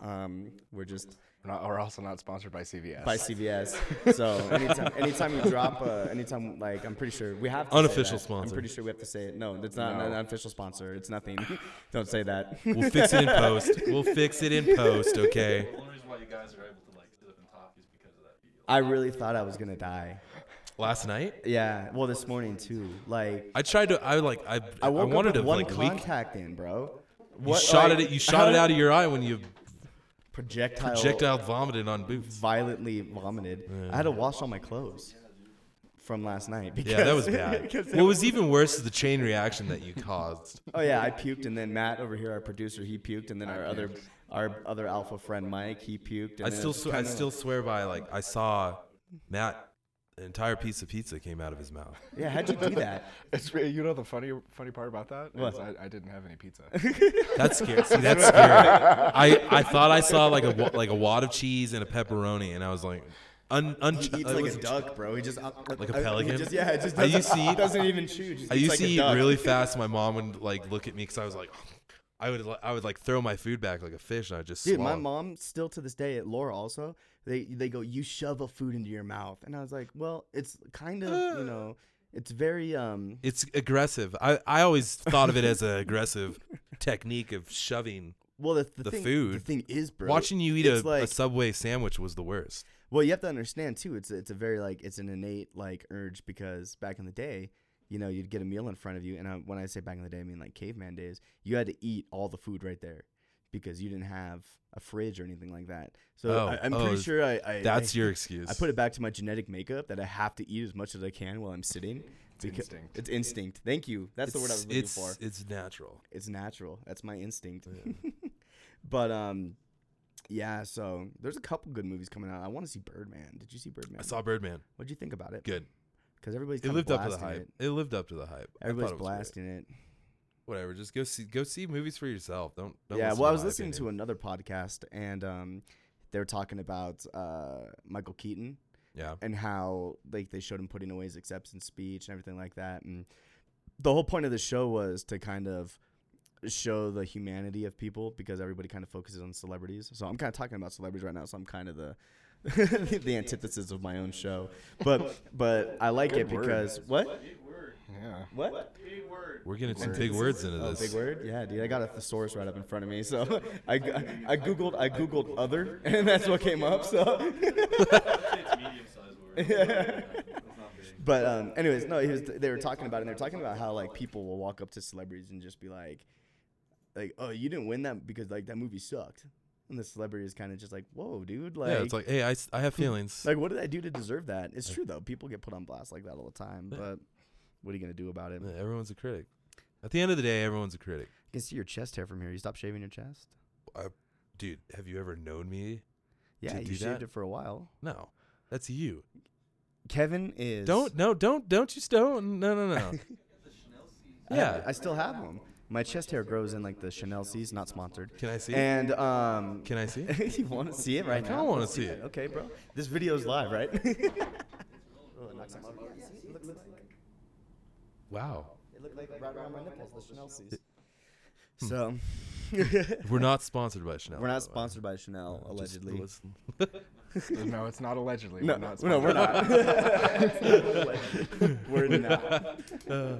A: Pedialyte. Um, we're just
C: We're, not, we're also not sponsored by CVS.
A: by CVS. So anytime, anytime you drop, uh, anytime like I'm pretty sure we have to say
B: Unofficial
A: that.
B: sponsor.
A: I'm pretty sure we have to say it. No, it's not
C: No.
A: an unofficial sponsor. It's nothing. Don't say that.
B: We'll fix it in post. We'll fix it in post, okay?
D: The only reason why you guys are able to like sit up and talk is because of that video.
A: I really thought I was gonna die.
B: Last night,
A: Yeah. Well, this morning too. Like
B: I tried to. I like. I. I,
A: I woke up
B: wanted
A: with
B: to
A: one
B: like leak.
A: contact in, bro.
B: You
A: What,
B: shot
A: like, Oh.
B: it. You shot it out of your eye when you
A: projectile,
B: projectile vomited on boots.
A: violently vomited. I had to wash all my clothes from last night because
B: Yeah, that was bad.
A: 'cause it
B: What was even worse is the chain reaction that you caused.
A: Oh yeah, I puked, and then Matt over here, our producer, he puked, and then our other our other alpha friend Mike, he puked. And
B: I
A: then
B: still.
A: it was
B: Sw- I
A: kinda-
B: still swear by like. I saw Matt. An entire piece of pizza came out of his mouth.
A: Yeah, how'd you do that?
C: It's re- you know the funny funny part about that
A: What?
C: is I, I didn't have any pizza.
B: That's scary. See, that's scary. I, I thought I saw like a wa- like a wad of cheese and a pepperoni, and I was like, un, un,
A: He eats
B: I
A: like
B: was-
A: a duck, bro. He just like
B: a pelican?
A: Just, yeah, it just
B: I
A: doesn't,
B: used to eat-
A: doesn't even chew. Just
B: I
A: eats
B: used
A: like
B: to
A: a
B: eat
A: duck.
B: really fast. My mom would like look at me because I was like, I would li- I would like throw my food back like a fish, and I would just
A: Dude,
B: swallow.
A: my mom still to this day at Laura also they they go you shovel food into your mouth, and I was like, well, it's kind of you know, it's very um.
B: It's aggressive. I, I always thought of it as an aggressive technique of shoving.
A: Well, the, the,
B: The
A: thing, The
B: food.
A: thing is, bro,
B: Watching you eat a,
A: it's like-
B: a Subway sandwich was the worst.
A: Well, you have to understand too. It's it's a very like it's an innate like urge because back in the day, you know, you'd get a meal in front of you, and I, when I say back in the day, I mean like caveman days. You had to eat all the food right there because you didn't have a fridge or anything like that. So
B: Oh,
A: I, I'm
B: oh,
A: pretty sure I, I
B: That's
A: I,
B: your excuse.
A: I put it back to my genetic makeup that I have to eat as much as I can while I'm sitting. It's
C: instinct.
A: It's instinct. Thank you. That's the word I was looking
B: it's,
A: for
B: It's natural.
A: it's natural. That's my instinct. but um, yeah. So there's a couple good movies coming out. I want to see Birdman. Did you see Birdman?
B: I saw Birdman.
A: What'd you think about it?
B: Good.
A: Because everybody's
B: It
A: kinda
B: lived up to the
A: blasting
B: hype.
A: It.
B: It, lived up to the hype. I thought
A: Everybody's
B: it was great.
A: blasting it.
B: Whatever. Just go see go see movies for yourself. Don't. don't
A: yeah.
B: listen
A: Well, I
B: to
A: was
B: my
A: listening to
B: opinion.
A: another podcast and um, they were talking about uh Michael Keaton
B: Yeah.
A: and how like they showed him putting away his acceptance speech and everything like that. And the whole point of the show was to kind of show the humanity of people because everybody kind of focuses on celebrities. So I'm kind of talking about celebrities right now. So I'm kind of the the antithesis of my own show. But but I like it
C: Good word.
A: because what
D: Big word.
C: yeah.
A: what
D: Big word.
B: We're getting some big words into
A: Oh,
B: this.
A: big word? Yeah, dude. I got a thesaurus right up in front of me. So I, I googled I googled other and that's what came up. So
D: It's medium sized word. It's not big.
A: But um, anyways, no, he was, they were talking about it. and They were talking about how like people will walk up to celebrities and just be like, like, oh, you didn't win that because like that movie sucked. And the celebrity is kind of just like, whoa, dude. Like,
B: yeah, it's like, hey, I, s- I have feelings.
A: like, what did I do to deserve that? It's true, though. People get put on blast like that all the time.
B: Yeah.
A: But what are you going to do about it?
B: Yeah, everyone's a critic. At the end of the day, everyone's a critic.
A: I
B: Uh,
A: can see your chest hair from here. You stopped shaving your chest?
B: Dude, have you ever known me?
A: Yeah,
B: To
A: you
B: do
A: shaved
B: that?
A: it for a while.
B: No, that's you.
A: Kevin is.
B: Don't no, don't don't you don't no no no.
A: I
B: yeah.
A: have- I still have them. My chest hair grows in like the Chanel C's, not sponsored.
B: Can I see?
A: And um,
B: Can I see?
A: you want to see it right
B: I
A: now?
B: kinda wanna see it.
A: Okay, bro. This video is live, right?
B: Wow. Hmm.
A: so,
B: We're not sponsored by Chanel.
A: we're not
B: by the way.
A: sponsored by Chanel,
B: Uh, just
A: allegedly.
B: listen.
C: no, it's not allegedly.
A: No,
C: we're not
A: no, we're not. we're not.
B: Uh,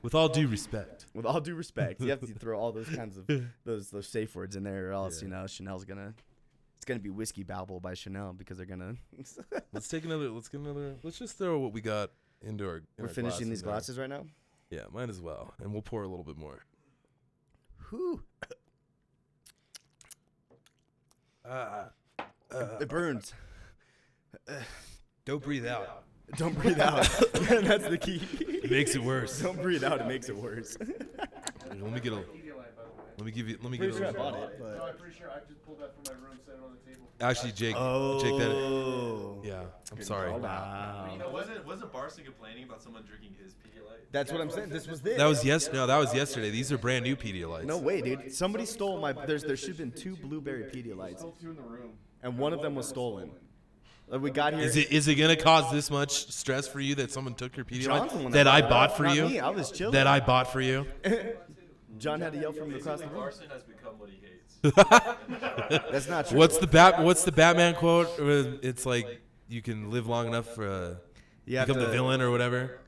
B: with all due respect.
A: With all due respect, you have to throw all those kinds of those those safe words in there, or else you know Chanel's gonna it's gonna be whiskey babble by Chanel because they're gonna
B: Let's take another. Let's get another. Let's just throw what we got into our. in
A: we're
B: our glass
A: finishing
B: in
A: these
B: there.
A: glasses right now.
B: Yeah, might as well, and we'll pour a little bit more.
A: Whew.
B: Ah,
A: It burns.
B: don't breathe out.
A: Don't breathe out. That's the key.
B: It makes it worse.
A: Don't breathe out. It makes it worse.
B: let me get a. Let me give you. Let me
A: Pretty
B: get a.
A: sure I
B: little-
A: bought it,
E: No, I'm
A: but
E: pretty sure I just pulled that from my room, set it on the table.
B: Actually, Jake. Jake, that.
A: oh,
B: Yeah, I'm sorry.
C: called out.
A: wow.
F: wasn't wasn't Barson complaining about someone drinking his Pedialyte?
A: That's what I'm saying. This was this.
B: That was yes. No, that was yesterday. These are brand new Pedialites.
A: no way, dude. Somebody stole my. There's there should have been two blueberry Pedialites,
E: Still two in the room.
A: and one of them was stolen. Like we got here.
B: Is it is it gonna cause this much stress for you that someone took your
A: John's the one
B: Pedialyte that I bought for
A: Not me, I
B: you?
A: was chilling.
B: That I bought for you?
A: John had to yell from across the room.
F: Barson has become what he hates.
A: That's not true.
B: What's the bat? What's the Batman quote? Uh, It's like you can live long enough for uh,
A: you have
B: become the
A: to-
B: villain or whatever.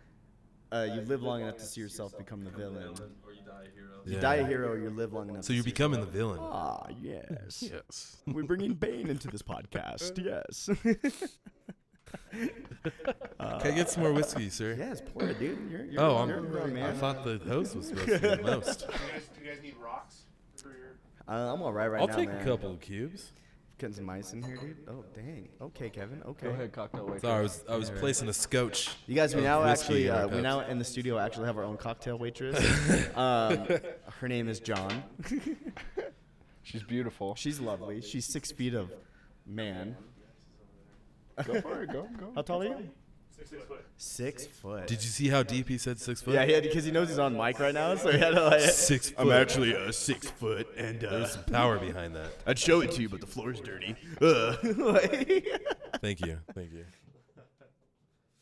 A: Uh, you live long enough to see yourself become the villain.
F: or you die a hero.
A: You
B: Yeah.
A: die a hero, or you live long enough.
B: So you're
A: to see
B: becoming the villain.
A: Ah, yes.
B: Yes.
A: We're bringing Bane into this podcast. Yes. Uh,
B: Can I get some more whiskey, sir?
A: yes, poor dude. You're, you're,
B: Oh,
A: you're a grown
B: I'm. I
A: man.
B: thought the host was supposed to be the most.
E: Do you guys, do you guys need rocks for your?
A: Uh, I'm all right right
B: I'll
A: now,
B: take
A: man.
B: a couple of cubes.
A: Getting some ice in here, dude. Oh, dang. Okay, Kevin. Okay.
C: Go ahead, cocktail waitress.
B: Sorry, I was I was placing a scotch.
A: You guys, we now
B: whiskey
A: actually,
B: in our
A: uh, we
B: cups.
A: now in the studio actually have our own cocktail waitress. um, her name is John.
C: She's beautiful.
A: She's lovely. She's six feet of man.
C: go for it. Go,
A: How
C: go.
A: tall are you?
E: Six, six foot.
A: Six foot.
B: Did you see how deep he said six foot?
A: Yeah, he had because he knows he's on mic right now, so he had to like.
B: Six foot.
A: uh, six foot, and uh,
B: There's some power behind that.
A: I'd show it to you, but the floor's dirty. Uh. Come
B: Thank you. Thank you.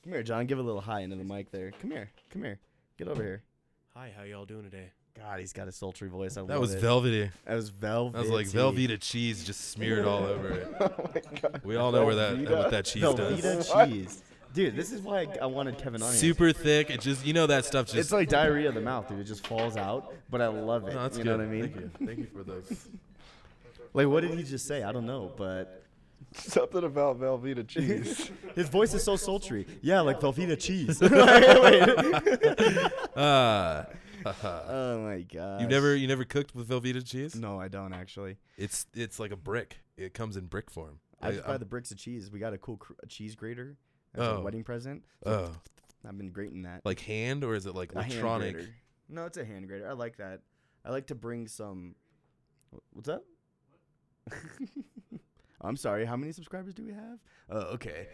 A: here, John. Give a little high into the mic there. Come here. Come here. Get over here.
G: Hi, how y'all doing today?
A: God, he's got a sultry voice. I
B: That
A: love
B: was
A: it.
B: velvety.
A: That was velvet.
B: That was like Velveeta cheese just smeared all over it.
C: Oh
B: We all know where that what that cheese does.
A: Velveeta cheese. Dude, this is why I, I wanted Kevin on here.
B: Super thick. It just you know that stuff just.
A: It's like diarrhea of the mouth, dude. It just falls out, but I love it.
B: no, that's
A: you
B: good.
A: know what I mean?
B: Thank you. Thank you for those.
A: Like, what did he just say? I don't know, but
C: Something about Velveeta cheese.
A: his voice is so sultry. Yeah, like Velveeta cheese. Wait.
B: Ah,
A: oh my god.
B: you never you never cooked with Velveeta cheese?
A: No, I don't actually.
B: It's it's like a brick. It comes in brick form.
A: I, just buy
B: I'm-
A: the bricks of cheese. We got a cool cr- a cheese grater. That's a
B: Oh.
A: wedding present.
B: oh,
A: I've been grating that.
B: like hand or is it like
A: A hand
B: electronic?
A: grater. No, it's a hand grater. I like that. I like to bring some. wh- What's up? I'm sorry. How many subscribers do we have? Oh, okay.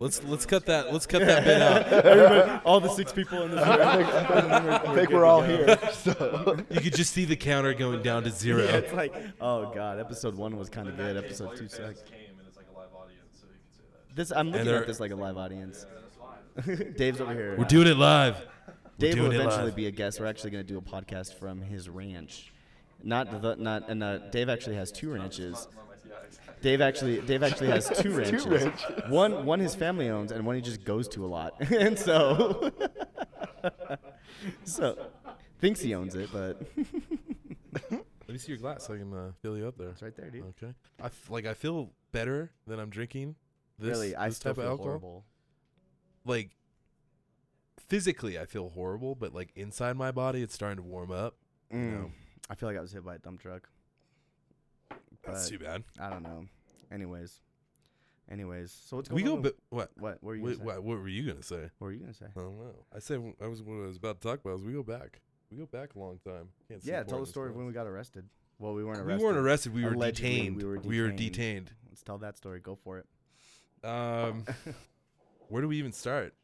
B: Let's let's cut that let's cut that bit out.
A: Everybody, all the six people in this room.
C: I think, I think we're all here. So.
B: You could just see the counter going down to zero.
A: Yeah, it's like, oh god, episode one was kind of good. Episode two sucks.
F: Came and it's like a live audience, so you can say that.
A: This I'm looking
B: they're-
A: at this like a live audience. Dave's over here.
B: We're doing it live.
A: Dave will
B: doing it
A: eventually
B: live.
A: be a guest. We're actually going to do a podcast from his ranch. Not the not and uh, Dave actually has two ranches. Dave actually Dave actually has two ranches.
C: ranches.
A: One one his family owns and one he just goes to a lot. and so so thinks he owns it, but
B: Let me see your glass. so I can uh, fill you up there.
A: it's right there, dude.
B: Okay. I f- like I feel better than I'm drinking this,
A: really, I
B: this
A: still
B: type of
A: feel
B: alcohol.
A: horrible.
B: Like physically I feel horrible, but like inside my body it's starting to warm up.
A: Mm.
B: know.
A: I feel like I was hit by a dump truck. but
B: That's too bad.
A: I don't know. Anyways, anyways, so what's
B: We
A: going
B: go,
A: on?
B: but what?
A: what? What were you?
B: Wait,
A: gonna say?
B: what? What were you gonna say?
A: What were you gonna say?
B: I don't know. I said w- I was what I was about to talk about. Is we go back. We go back a long time. Can't see
A: Yeah, tell
B: point in
A: the
B: this
A: story of when we
B: place.
A: got arrested. Well, we weren't
B: We
A: arrested.
B: weren't arrested. We were
A: Allegedly, we
B: detained. We were
A: were
B: detained.
A: detained. Let's tell that story. Go for it.
B: Um, where do we even start?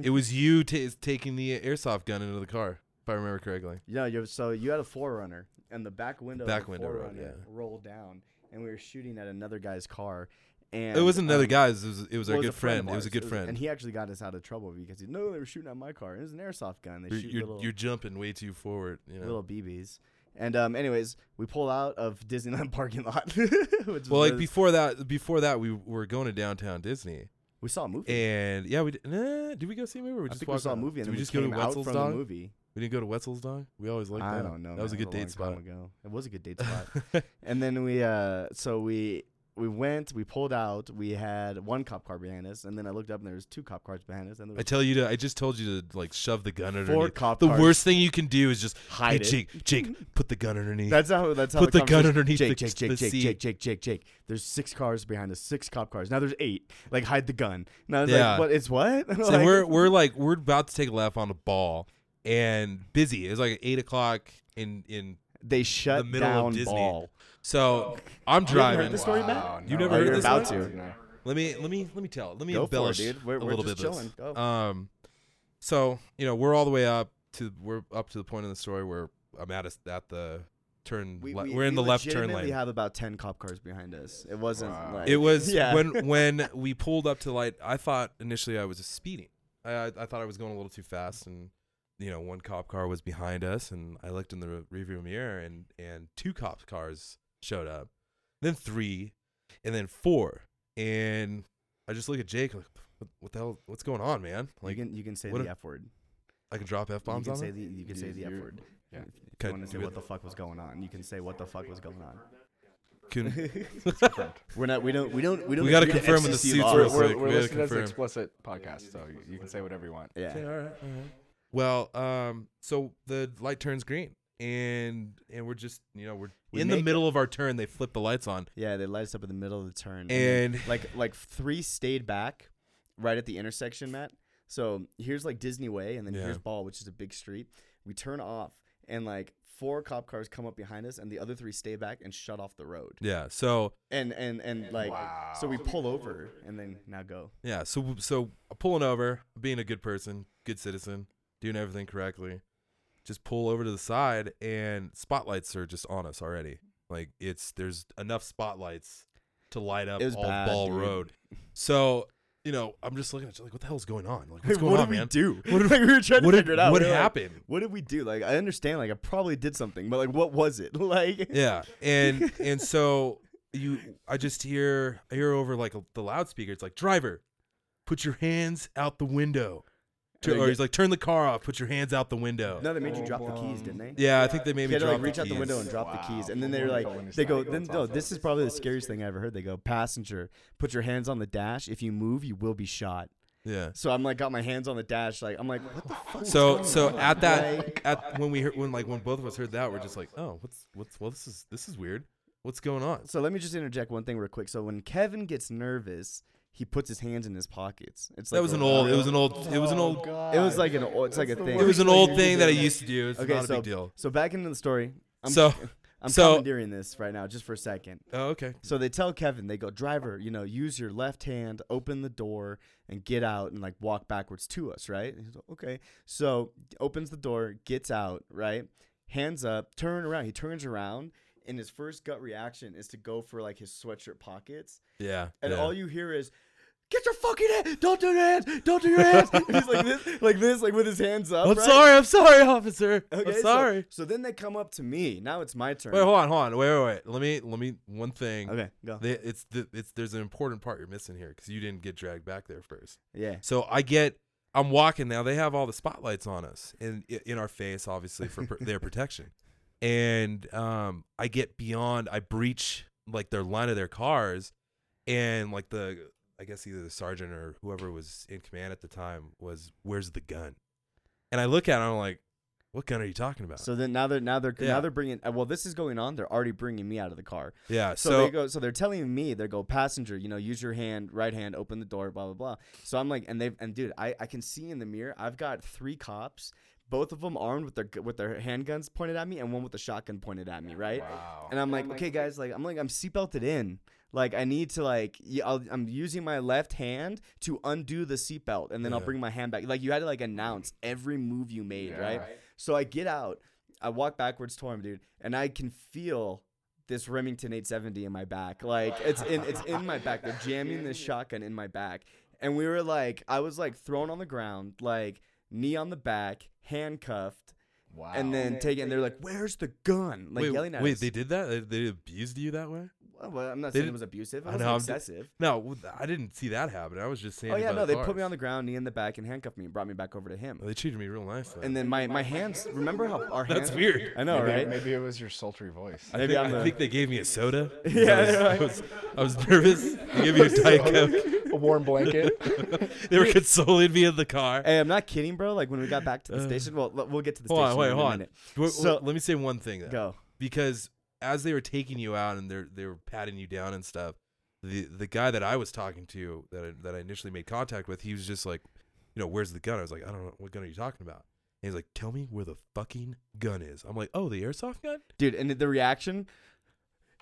B: It was you ta taking the airsoft gun into the car, if I remember correctly.
A: Yeah, you're, so you had a forerunner, and the back window, of
B: Back
A: the
B: window rolled,
A: Forerunner
B: yeah.
A: rolled down, and we were shooting at another guy's car. And
B: it was
A: um,
B: another guy's. It was, it was
A: well,
B: our
A: it
B: good
A: a
B: friend.
A: of
B: It was a
A: ours.
B: good friend.
A: and he actually got us out of trouble because he no, they were shooting at my car. It was an airsoft gun. They
B: you're,
A: shoot
B: you're,
A: little
B: you're jumping way too forward. You know?
A: little BBs. And um, anyways, we pull out of Disneyland parking lot. which is
B: well,
A: where this-
B: like before that, before that, we were going to downtown Disney,
A: we saw a movie.
B: and yeah, we did. Nah, did we go see a movie? Or we
A: I
B: just
A: think we
B: walked
A: saw a
B: out?
A: movie, and
B: Did
A: then
B: we
A: we
B: just go
A: came
B: to
A: out
B: Wetzel's
A: from
B: Dog?
A: the movie.
B: We didn't go to Wetzel's Dog. We always liked that.
A: I don't know.
B: That was a
A: man.
B: good
A: long
B: date spot.
A: Time ago. It was a good date spot. and then we, uh, so we we went, we pulled out. We had one cop car behind us, and then I looked up and there was two cop cars behind us, and there
B: I
A: was
B: tell you to. I just told you to like shove the gun underneath.
A: four cop
B: the
A: cars.
B: worst thing you can do is just hey,
A: Hide it.
B: Jake, Jake, put the gun underneath.
A: That's how. That's how.
B: Put the gun
A: conversation-
B: underneath
A: Jake,
B: the-
A: Jake, Jake,
B: the
A: Jake,
B: seat.
A: Jake, Jake, Jake, Jake. There's six cars behind us. Six cop cars. Now there's eight. Like hide the gun. Now it's
B: Yeah.
A: like what? It's what?
B: So
A: Like-
B: we're we're like we're about to take a lap on the ball, and busy. It's like eight o'clock in in.
A: they shut
B: the middle of
A: down
B: Disney.
A: ball.
B: So I'm
A: You haven't heard
B: driving.
A: the story, Matt?
B: You never
A: Oh,
B: heard
A: you're
B: this
A: about
B: one?
A: to.
C: No.
B: Let me let me let me tell. Let me
A: Go for it,
B: embellish
A: dude. We're-
B: a
A: we're
B: little
A: just
B: bit of this.
A: chilling. Go.
B: Um, so you know we're all the way up to we're up to the point in the story where I'm at us at the turn.
A: We,
B: le-
A: we,
B: we're in
A: we
B: the left turn
A: legitimately
B: lane.
A: have about ten cop cars behind us. It wasn't
C: Wow.
A: like
B: It was
A: Yeah.
B: when when we pulled up to the light. I thought initially I was just speeding. I, I I thought I was going a little too fast, and you know one cop car was behind us, and I looked in the re- rearview mirror, and and two cop cars showed up, then three, and then four, and I just look at Jake like, what, what the hell? What's going on, man? Like
A: you can you can say
B: what
A: the
B: a-
A: F word.
B: I can drop f bombs
A: you
B: on
A: can say
B: him.
A: the you can say the F
C: You're-
A: word.
C: yeah.
A: If you
B: Okay,
A: want to say
B: do
A: what
B: it.
A: the fuck was going on, you can say what the fuck was going on.
B: Can-
A: We're not we don't we don't we don't
B: gotta
A: agree on
B: confirm when the
A: FCC
B: suits
A: laws.
B: were
C: We're,
B: real
C: we're,
B: quick,
C: we're
B: we gotta
C: listed as an
B: confirm.
C: explicit podcast, so you can say whatever you want.
B: Okay,
A: Yeah.
B: all right, all right. Well, um, so the light turns green, and and we're just you know we're
A: We
B: in the
A: make
B: middle of our turn. They flip the lights on,
A: Yeah, they light us up in the middle of the turn. then,
B: and
A: like like three stayed back right at the intersection, Matt. So here's like Disney Way and then
B: Yeah.
A: here's Ball, which is a big street. We turn off and like four cop cars come up behind us and the other three stay back and shut off the road.
B: yeah, so
A: And and and like so we pull over and then now go.
B: yeah, so so pulling over, being a good person, good citizen, doing everything correctly, just pull over to the side, and spotlights are just on us already. Like it's there's enough spotlights to light up
A: It was
B: all
A: bad,
B: Ball
A: dude.
B: Road. So you know I'm just looking at you like what the hell's going on? Like what's going
A: what
B: on,
A: did we
B: man?
A: do?
B: What did-
A: like, we were trying
B: what
A: to
B: did-
A: figure it out.
B: what
A: We were like,
B: happened?
A: what did we do? Like I understand, like I probably did something, but like what was it? Like
B: Yeah, and and so you, I just hear I hear over like the loudspeaker. It's like driver, put your hands out the window, Tur-
A: they
B: or
A: get-
B: he's like turn the car off, put your hands out the window.
A: No, they made you drop the keys, didn't they?
B: yeah, I think they made
A: You
B: me
A: had to
B: drop
A: like reach out the
B: keys.
A: window and drop the
C: Wow.
A: keys, and then they're like, they go, then no, this is probably the scariest thing I ever heard. They go, passenger, put your hands on the dash. If you move, you will be shot.
B: Yeah.
A: So I'm like, got my hands on the dash, like I'm like, what the fuck?
B: So so at that
A: Like-
B: at when we heard when like when both of us heard that, we're just like, oh, what's what's well, this is this is weird. What's going on?
A: So let me just interject one thing real quick. So when Kevin gets nervous, he puts his hands in his pockets. It's like
B: That was
A: a-
B: an old. It was an old. It was an old.
A: It was like an old. It's like a
C: That's the
A: thing.
B: It was an
C: Like,
B: old
C: you
B: thing
C: did
B: that I
C: it.
B: used to do. It's
A: Okay,
B: not a
A: so
B: big deal.
A: so back into the story. I'm,
B: So-
A: I'm
B: so-
A: commandeering this right now just for a second.
B: Oh, okay.
A: So they tell Kevin, they go, driver, you know, use your left hand, open the door, and get out and like walk backwards to us, right? And he's like, okay. So opens the door, gets out, right? Hands up, turn around. He turns around, and his first gut reaction is to go for like his sweatshirt pockets,
B: Yeah.
A: and
B: yeah.
A: all you hear is. Get your fucking hand! Don't do your hands! Don't do your hands! And he's like this, like this, like with his hands up.
B: I'm
A: right?
B: sorry. I'm sorry, officer.
A: Okay,
B: I'm
A: so-
B: Oh, sorry.
A: So, then they come up to me. Now it's my turn.
B: Wait, hold on, hold on. Wait, wait, wait. Let me, let me. One thing.
A: Okay, go.
B: They, it's the, it's. There's an important part you're missing here because you didn't get dragged back there first.
A: yeah.
B: So I get. I'm walking now. They have all the spotlights on us and i- in our face, obviously for pr- their protection. And um, I get beyond. I breach like their line of their cars, and like the. I guess either the sergeant or whoever was in command at the time was, "Where's the gun?" And I look at him. I'm like, What gun are you talking about?
A: So then now they're now they're now
B: Yeah.
A: they're bringing. uh, Well, this is going on. They're already bringing me out of the car.
B: yeah.
A: So,
B: Uh, So,
A: they go. So they're telling me they go passenger. You know, use your hand, right hand, open the door, blah blah blah. So I'm like, and they've and dude, I I can see in the mirror. I've got three cops, both of them armed with their gu- with their handguns pointed at me, and one with a shotgun pointed at me. Right.
C: Wow.
A: And I'm like, okay, guys, like I'm like I'm seatbelted in. Like I need to like y- I'll, I'm using my left hand to undo the seatbelt, and then I'll
B: Yeah.
A: bring my hand back. Like you had to like announce every move you made,
C: Yeah.
A: right? So I get out, I walk backwards toward him, dude, and I can feel this Remington 870 in my back. Like it's in it's in my back. They're jamming this shotgun in my back, and we were like, I was like thrown on the ground, like knee on the back, handcuffed,
C: Wow.
A: and then taken. They're like, "Where's the gun?" Like
B: wait,
A: yelling at
B: wait,
A: us.
B: they did that? They, they abused you that way?
A: Well, well, I'm not
B: They
A: saying it
B: didn't-
A: was abusive. It
B: I
A: wasn't
B: know, I'm ju-
A: excessive.
B: No, w- I didn't see that happen. I was just saying.
A: oh yeah, no,
B: about
A: they put me
B: cars.
A: on the ground, knee in the back, and handcuffed me and brought me back over to him.
B: Well, they treated me real nice.
A: And then my, my hands. Remember how our hands?
B: that's weird.
A: I know,
C: maybe,
A: right?
C: Maybe it was your sultry voice.
B: I,
A: Maybe
B: think,
A: I'm
B: I
A: the-
B: think they gave me a soda. 'cause
A: Yeah,
B: I was,
A: right.
B: I was, I was nervous. They gave me a Diet Coke.
C: a warm blanket.
B: they were consoling me in the car.
A: Hey, I'm not kidding, bro. Like when we got back to the
B: Uh,
A: station. Well, l- we'll get to the
B: Hold
A: station
B: on, wait,
A: in
B: hold
A: a
B: on.
A: minute.
B: Wait, wait,
A: So-
B: let me say one thing though,
A: Go.
B: because as they were taking you out and they're they were patting you down and stuff, the the guy that I was talking to that I, that I initially made contact with, he was just like, you know, where's the gun? I was like, I don't know, what gun are you talking about? And he's like, tell me where the fucking gun is. I'm like, oh, the airsoft gun.
A: dude. And the reaction.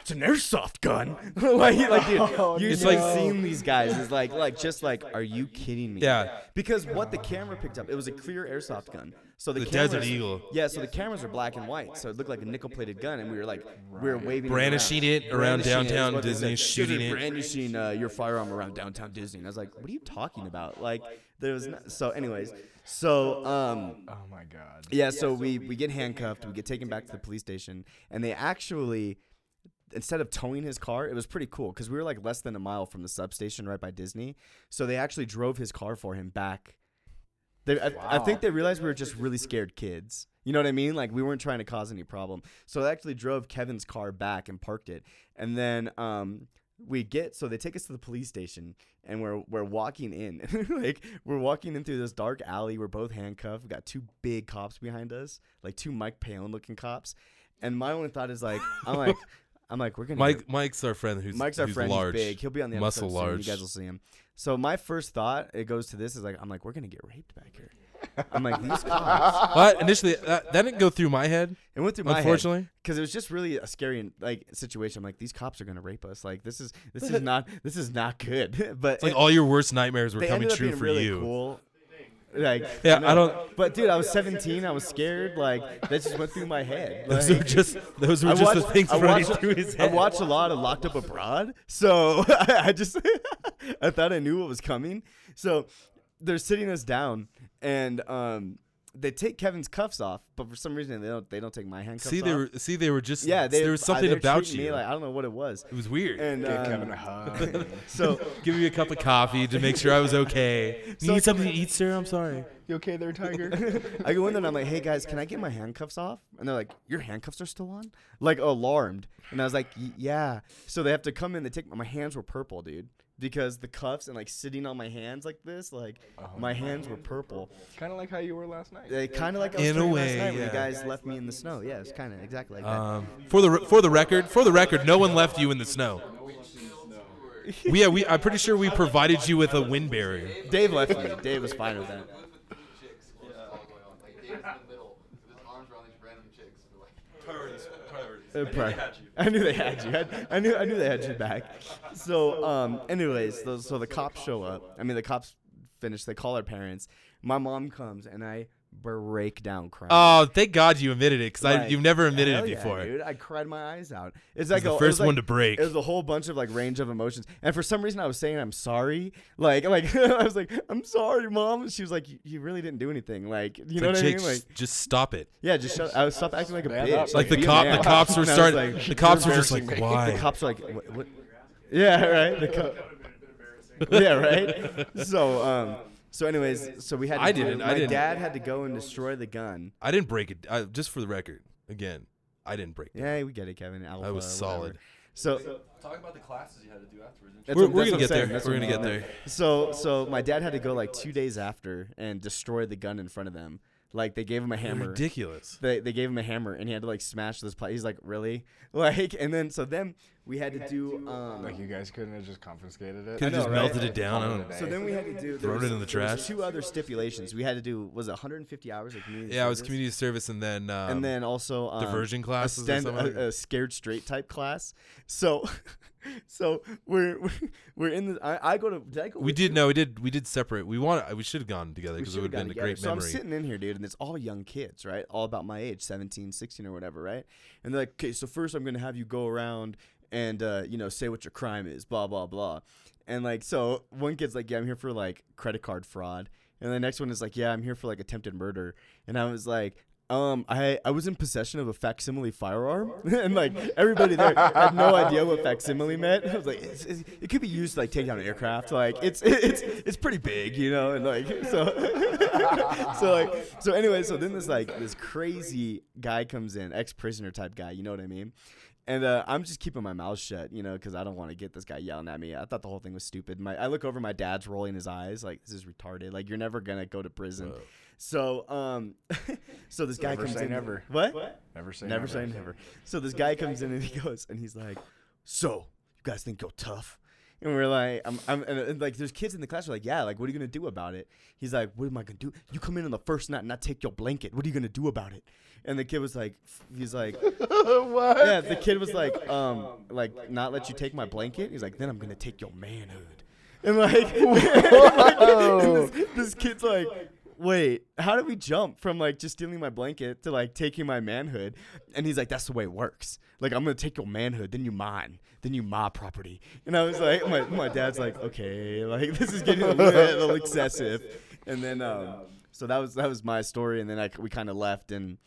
A: It's an airsoft gun. like, like, dude, you
B: It's
A: should
B: like-
A: have seen these guys. It's like, like, just like, are you kidding me?
B: Yeah,
A: Because what the camera picked up, it was a clear airsoft gun. So the,
B: the Desert
A: cameras-
B: Eagle,
A: Yeah, so the cameras were black and white, so it looked like a nickel plated gun, and we were like, we were waving. it around.
B: brandishing it around
A: Brandishing it is
B: downtown
A: what they
B: Disney,
A: said.
B: shooting
A: You're
B: it.
A: brandishing uh, your firearm around downtown Disney. And I was like, what are you talking about? Like, there's not, so, anyways, so um,
C: oh my god.
A: yeah, so we we get handcuffed, we get taken back to the police station, and they actually. Instead of towing his car, it was pretty cool because we were like less than a mile from the substation right by Disney. So they actually drove his car for him back. They, I, I think
C: Wow.
A: they realized we were just really scared kids. You know what I mean? Like we weren't trying to cause any problem. So they actually drove Kevin's car back and parked it. And then um, we get so they take us to the police station and we're we're walking in. like we're walking in through this dark alley. We're both handcuffed. We got two big cops behind us, like two Mike Palin looking cops. And my only thought is like, I'm like, I'm like, we're gonna get-
B: Mike, Mike's our friend who's
A: Mike's our
B: who's
A: friend.
B: large.
A: He's big. He'll be on the
B: muscle
A: episode soon.
B: large.
A: You guys will see him. So my first thought, it goes to this: is like I'm like, we're gonna get raped back here. I'm like these cops.
B: But initially, that, that didn't go through my head.
A: It went through my
B: Unfortunately,
A: because it was just really a scary like situation. I'm like these cops are gonna rape us. Like this is this is not this is not good. but
B: it's like all your worst nightmares were
A: they
B: coming
A: ended up
B: true
A: being
B: for
A: really
B: you.
A: cool. Like
B: Yeah,
A: know.
B: I don't-
A: But dude, I was 17. I was scared. Like that just went through my head.
B: Those
A: like-
B: were just those were
A: I
B: just
A: watched,
B: the things
A: I
B: running
A: watched-
B: through his
A: I
B: head.
A: watched a lot of Locked Up Abroad, so I, just I thought I knew what was coming. So they're sitting us down, and um, they take Kevin's cuffs off, but for some reason they don't. They don't take my handcuffs
B: see,
A: off.
B: they were see they were just
A: yeah. They,
B: there was
A: uh,
B: something
A: they were
B: about
A: treating
B: you.
A: Me like, I don't know what it was.
B: it was weird.
A: And
C: Give
A: um,
C: Kevin a hug.
A: so
B: Give me a cup of coffee to make sure I was okay.
A: So-
B: Need something to eat, sir? I'm sorry.
C: you okay there, Tiger?
A: I go in there and I'm like, hey guys, can I get my handcuffs off? And they're like, your handcuffs are still on? Like alarmed. And I was like, "Y- yeah. So they have to come in. They take my hands were purple, dude, because the cuffs and like sitting on my hands like this, like my hands were purple.
C: kind of like how you were last night.
A: Oh, They kind of like I was
B: In a
A: doing last
B: way,
A: night when
B: yeah.
A: you guys left me in the snow. Yeah, it's kind of exactly like that.
B: Um, for the re- for the record, for the record, no one left you in the snow. We, yeah, we. I'm pretty sure we provided you with a wind barrier.
A: Dave left me. Dave was fine with that.
D: With the three chicks while this is all going on. Like Dave's in the middle with his arms around these random chicks. and Like,
F: Priorities. Priorities.
A: Uh,
F: I knew
A: pri-
F: they had you.
A: I knew they had you. I, I knew I knew they had your back. So um anyways, those, so the cops show up. I mean the cops finish, they call our parents. My mom comes and I break down crying.
B: Oh, thank God you admitted it, because
A: Like,
B: you've never admitted
A: hell
B: it
A: yeah,
B: before.
A: dude. I cried my eyes out. It's like
B: the
A: a- it
B: first
A: like-
B: one to break.
A: It was a whole bunch of like range of emotions, and for some reason I was saying I'm sorry. Like like I was like I'm sorry, mom. And she was like, "You- you really didn't do anything. Like you
B: It's
A: know
B: like,
A: what
B: Jake,
A: I mean? Like
B: just- just stop it.
A: yeah, just shut, I was stop acting like a
C: Man
A: bitch.
C: up,
B: Like the
A: be a
B: cop,
A: man.
B: the cops were
A: And I was
B: starting.
A: like,
B: the cops were just
C: embarrassing
B: like,
C: me.
B: why?
A: the cops are like, what? what? Yeah, right. The co- yeah, right. So, um, so anyways, so we had. To
B: I
A: do-
B: didn't- I
A: My
B: didn't.
A: dad had to go and destroy the gun.
B: I didn't break it. I, just for the record, again, I didn't break. it.
A: Yeah, we get it, Kevin. Alpha,
B: I was
A: whatever.
B: solid.
A: So
F: Talk about the classes you had to do afterwards.
A: that's
B: We're,
A: what-
B: we're
A: that's what
B: gonna
A: I'm
B: get
A: saying.
B: there.
A: That's
B: We're
A: what
B: gonna
A: I'm
B: get
A: saying.
B: there.
A: So, so my dad had to go like two days after and destroy the gun in front of them. Like they gave him a hammer.
B: Ridiculous.
A: They, they gave him a hammer and he had to like smash this pla He's like, really? Like, and then so then we had to do. um,
C: Like you guys couldn't have just confiscated it.
B: Could have
A: know,
B: just
A: right?
B: melted it down. I don't know.
A: So then we had to do. there
B: Thrown it
A: was-
B: in the
A: there was
B: trash?
A: Two other stipulations. We had to do was it 150 hours of community.
B: Yeah, it was
A: service?
B: community service and then um,
A: and then also um,
B: diversion
A: a,
B: classes or
A: stand-
B: something like
A: a, a scared straight type class. So, so we're we're in the. I, I go to. Did I go
B: we
A: with
B: did
A: you?
B: no, we did we did separate. We want we should have gone together
A: We
B: because it would
A: should've
B: have been
A: gone
B: a great
A: together.
B: memory.
A: So I'm sitting in here, dude, and it's all young kids, right? All about my age, 17, 16 or whatever, right? And they're like, okay, so first I'm gonna have you go around and uh, you know say what your crime is, blah blah blah. And like, so one kid's like, yeah, I'm here for like credit card fraud, and the next one is like, yeah, I'm here for like attempted murder. And I was like. Um, I, I was in possession of a facsimile firearm, and like everybody there had no idea what facsimile meant. I was like, it's, it's, it could be used to like take down an aircraft. Like it's it's it's pretty big, you know, and like so so like so anyway. So then this like this crazy guy comes in, ex prisoner type guy. You know what I mean? And uh, I'm just keeping my mouth shut, you know, because I don't want to get this guy yelling at me. I thought the whole thing was stupid. My, I look over, my dad's rolling his eyes, like this is retarded. Like you're never gonna go to prison. So, um, so this guy
C: Never
A: comes
C: say
A: in.
C: never.
A: What?
C: Never say
A: never say never. So this guy comes in and he goes, and he's like, "So you guys think you're tough?" And we're like, "I'm, I'm," and, and like, there's kids in the class. who are like, "Yeah, like, what are you gonna do about it?" He's like, "What am I gonna do? You come in on the first night and I take your blanket. What are you gonna do about it?" And the kid was like, "He's like,
C: what?
A: yeah." The kid was like, "Um, like, not let you take my blanket." He's like, "Then I'm gonna take your manhood." And like,
C: Whoa.
A: this, this kid's like, wait, how did we jump from like just stealing my blanket to like taking my manhood? And he's like, that's the way it works. Like, I'm gonna take your manhood, then you mine, then you my property. And I was like, my, my dad's like, okay, like this is getting a little excessive. And then, um, so that was that was my story. And then I, we kind of left and.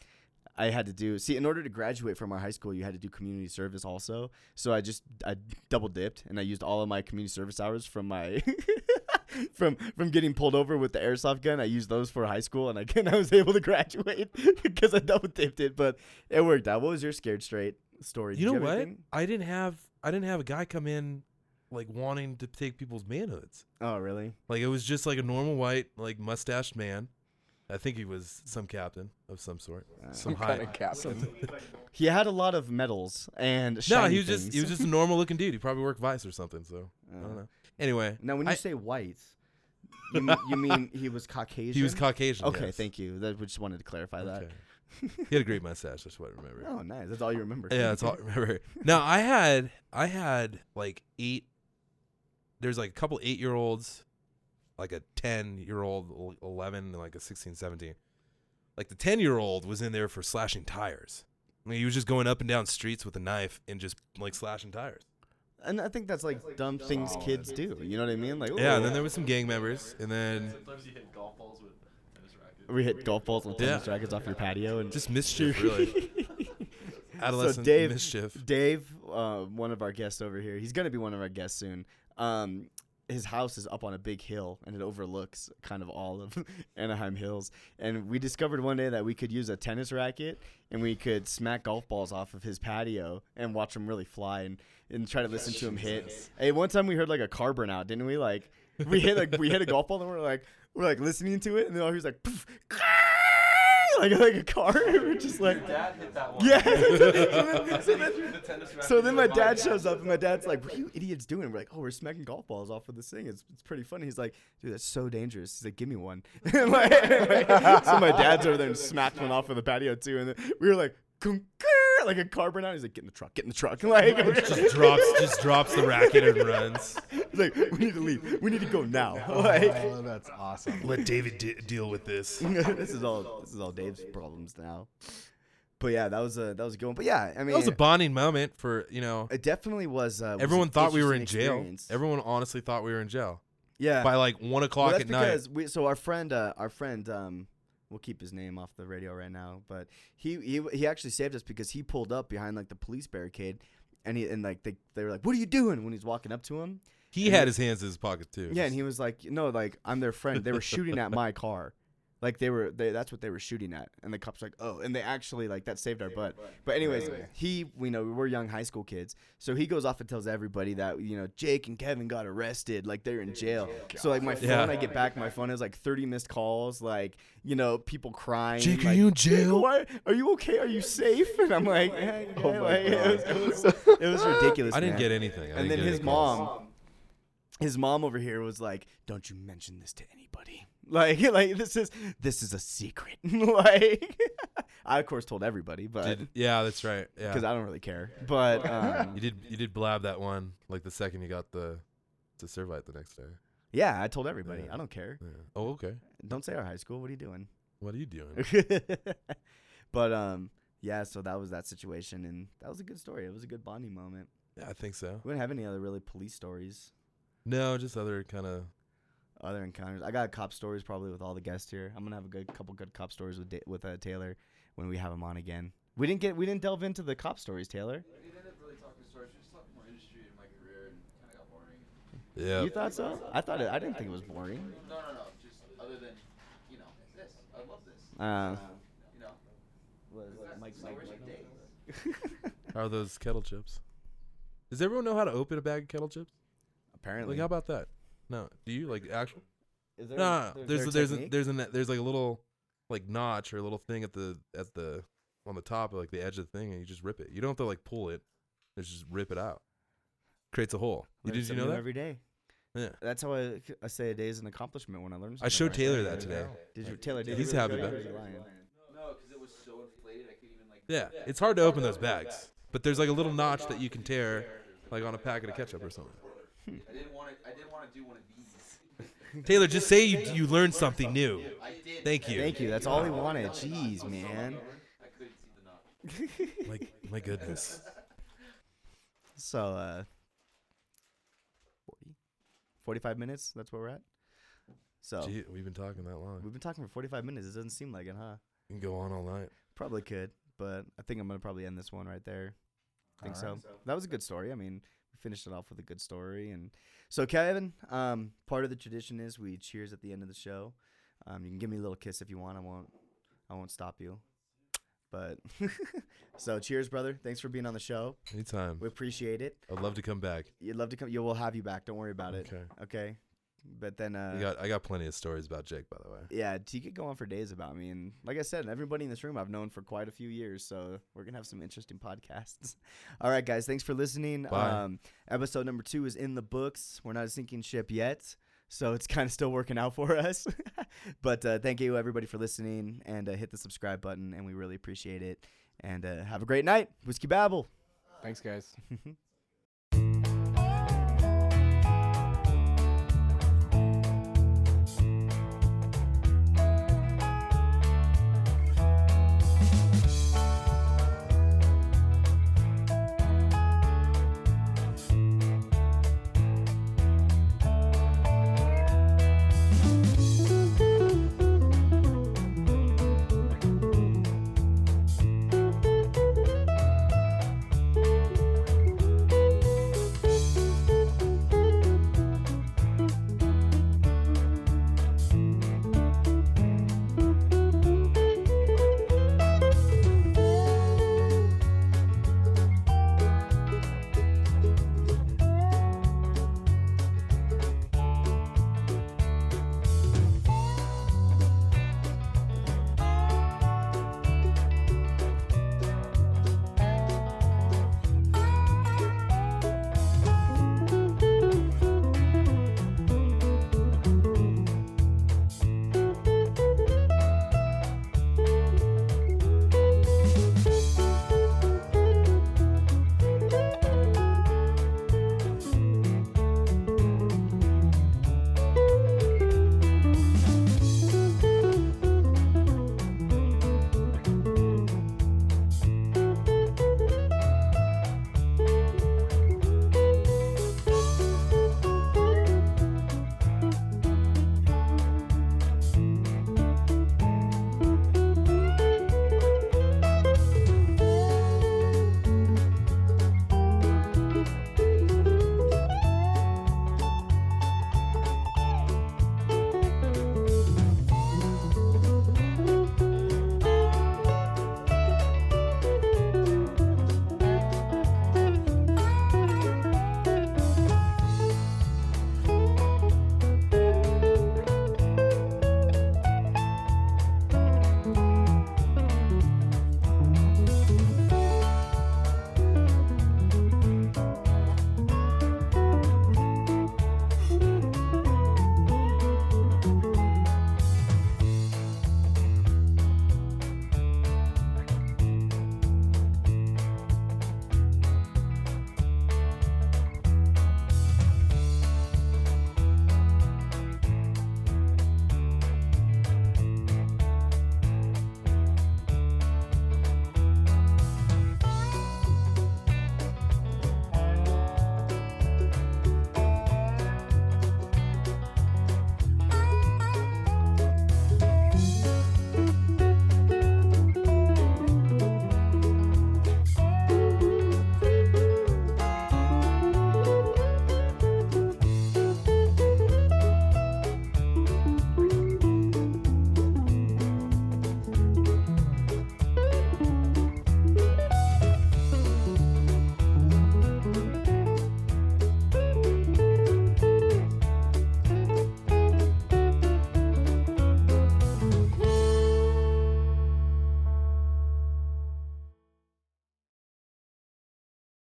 A: I had to do see in order to graduate from our high school, you had to do community service also. So I just I double dipped and I used all of my community service hours from my from from getting pulled over with the airsoft gun. I used those for high school and again I was able to graduate because I double dipped it, but it worked out. What was your scared straight story? Did
B: you know
A: have
B: what?
A: anything?
B: I didn't have I didn't have a guy come in like wanting to take people's manhoods.
A: Oh really?
B: Like it was just like a normal white like mustached man. I think he was some captain of some sort. some high.
C: Kind of captain.
A: Uh, He had a lot of medals and
B: no,
A: shiny
B: he was just he was
A: things.
B: just a normal looking dude. He probably worked Vice or something. So I
A: Uh.
B: don't know. Anyway,
A: Now when you
B: I-
A: say white, you, m- you mean he was Caucasian?
B: he was Caucasian.
A: Okay,
B: yes.
A: thank you. That, we just wanted to clarify that.
B: Okay. he had a great mustache. That's what I remember.
A: Oh, nice. That's all you remember.
B: Yeah, that's all I remember. Now I had I had like eight. There's like a couple eight year olds, like a ten year old, eleven, and like a 16, 17. Like the ten year old was in there for slashing tires. I mean, he was just going up and down streets with a knife and just like slashing tires.
A: And I think that's like, dumb things kids do. You know what I mean? Like,
B: Yeah, and
A: ooh,
B: then there was some gang members, and then
F: Sometimes you hit golf balls with tennis rackets.
A: we hit golf balls and tennis
B: Yeah.
A: rackets off your patio and
B: just mischief, really. Adolescent
A: so Dave,
B: mischief.
A: Dave, uh, one of our guests over here, he's gonna be one of our guests soon. Um, his house is up on a big hill and it overlooks kind of all of Anaheim Hills. And we discovered one day that we could use a tennis racket and we could smack golf balls off of his patio and watch them really fly and, and try to listen to him hit. Hey, one time we heard like a car burnout, didn't we? Like we hit like we hit a golf ball and we're like we're like listening to it and then all he was like poof, like like a car. we're just like
F: Dad hit that one.
A: yeah. so, then, so then-
F: The tennis racket.
A: so then my dad shows up, and my dad's like, "What are you idiots doing?" We're like, "Oh, we're smacking golf balls off of this thing. It's, it's pretty funny." He's like, "Dude, that's so dangerous." He's like, "Give me one." And like- so my dad's over there and smacked one off of the patio too, and then we were like, "Kunk, grr," like a car burnout. He's like, "Get in the truck, get in the truck!" Like,
B: just drops just drops the racket and runs.
A: He's like, "We need to leave. We need to go now." Like,
C: Oh, that's awesome.
B: Let David d- deal with this.
A: this is all this is all Dave's problems now. But yeah, that was a that was a good one. But yeah, I mean,
B: That was a bonding moment for you know.
A: it definitely was. Uh, was an
B: Everyone thought we were in
A: interesting
B: jail.
A: experience.
B: Everyone honestly thought we were in jail
A: yeah.
B: by like one o'clock
A: well, that's
B: at night.
A: because we so our friend uh, our friend um we'll keep his name off the radio right now but he he he actually saved us because he pulled up behind like the police barricade and he and like they, they were like what are you doing when he's walking up to him
B: He had his hands in his pocket too.
A: yeah and he was like no like I'm their friend they were shooting at my car Like they were, they, that's what they were shooting at, and the cops were like, oh, and they actually like that saved our butt. But anyways,
C: Anyway.
A: he, we know we're young high school kids, so he goes off and tells everybody that you know Jake and Kevin got arrested, like they're in jail. So like my phone,
B: Yeah.
A: I get back, my phone has like thirty missed calls, like you know people crying.
B: Jake, are
A: like,
B: you in
A: "Jake,
B: jail?"
A: why- are you okay? Are you safe? And I'm like, "Yeah, yeah,"
C: Oh my
A: like, it, was,
C: God.
A: it was- it was ridiculous.
B: I didn't
A: man.
B: get anything. I didn't
A: And then
B: get
A: his
B: any calls.
A: mom, his mom over here was like, "Don't you mention this to anybody. Like, like this is this is a secret." like, I of course told everybody, but
B: Did- yeah, that's right. Yeah,
A: because I don't really care. But um,
B: you did you did blab that one like the second you got the to Servite the next day.
A: yeah, I told everybody.
B: Yeah.
A: I don't care.
B: Yeah. Oh, okay.
A: Don't say our high school. What are you doing?
B: What are you doing?
A: but um, yeah. So that was that situation, and that was a good story. It was a good bonding moment.
B: yeah, I think so.
A: We didn't have any other really police stories,
B: No, just other kind of.
A: other encounters. I got cop stories probably with all the guests here. I'm gonna have a good couple good cop stories with da- with uh, Taylor when we have him on again. We didn't get we didn't delve into the cop stories, Taylor.
D: We didn't end up really talking stories. We just talked more industry and my career and kind of got boring.
B: Yeah.
A: You thought so? I thought it. I didn't think it was boring.
D: No, no, no. Just other than, you know, this. I love this.
A: Uh,
D: You know,
A: Mike,
D: so where's your days?
B: How are those kettle chips? Does everyone know how to open a bag of kettle chips?
A: Apparently,
B: Like, how about that? No, do you like actual?
A: is there,
B: No, no,
A: is
B: no. there's
A: there
B: a, there's a,
A: technique?
B: there's a net- there's like a little like notch or a little thing at the at the on the top of like the edge of the thing, and you just rip it. You don't have to like pull it. It's just rip it out. Creates a hole. You
A: Learn
B: did you
A: something
B: know
A: new
B: that?
A: every day.
B: yeah.
A: That's how I, I say a day is an accomplishment when I learn. something
B: I showed
A: right
B: Taylor
A: there.
B: that today.
A: Did you, Taylor? Did
B: He's
A: you
B: happy
A: really
B: about
A: show
B: it.
A: you or you lying?
D: No, because it was so inflated, I couldn't even like.
B: Yeah, it's hard to open those bags, but there's like a little notch that you can tear, like on a packet of ketchup or something.
D: I didn't want to. I didn't want to do one of these.
B: Taylor, just say you you learned something new.
D: I did.
B: Thank you.
A: Thank you. That's all he wanted. Jeez, man.
D: I couldn't see the knot.
B: Like my goodness.
A: So, uh, 40, 45 minutes. That's where we're at.
D: Oh.
A: So
B: Gee, we've been talking that long.
A: we've been talking for 45 minutes. It doesn't seem like it, huh?
B: We can go on all night.
A: Probably could, but I think I'm gonna probably end this one right there. I think
C: All
A: so. That was a good story. I mean, we finished it off with a good story, and so Kevin, um, part of the tradition is we cheers at the end of the show. Um, you can give me a little kiss if you want. I won't. I won't stop you. But so cheers, brother. Thanks for being on the show.
B: Anytime.
A: We appreciate it.
B: I'd love to come back.
A: You'd love to come. You will have you back. Don't worry about it.
B: Okay.
A: Okay. But then, uh,
B: I got I got plenty of stories about Jake, by the way.
A: yeah, he could go on for days about me. And like I said, everybody in this room I've known for quite a few years. So we're going to have some interesting podcasts. All right, guys. Thanks for listening.
B: Bye.
A: Um, episode number two is in the books. We're not a sinking ship yet. So it's kind of still working out for us. but uh, thank you, everybody, for listening. And uh, hit the subscribe button. And we really appreciate it. And uh, have a great night. Whiskey Babble.
C: Thanks, guys.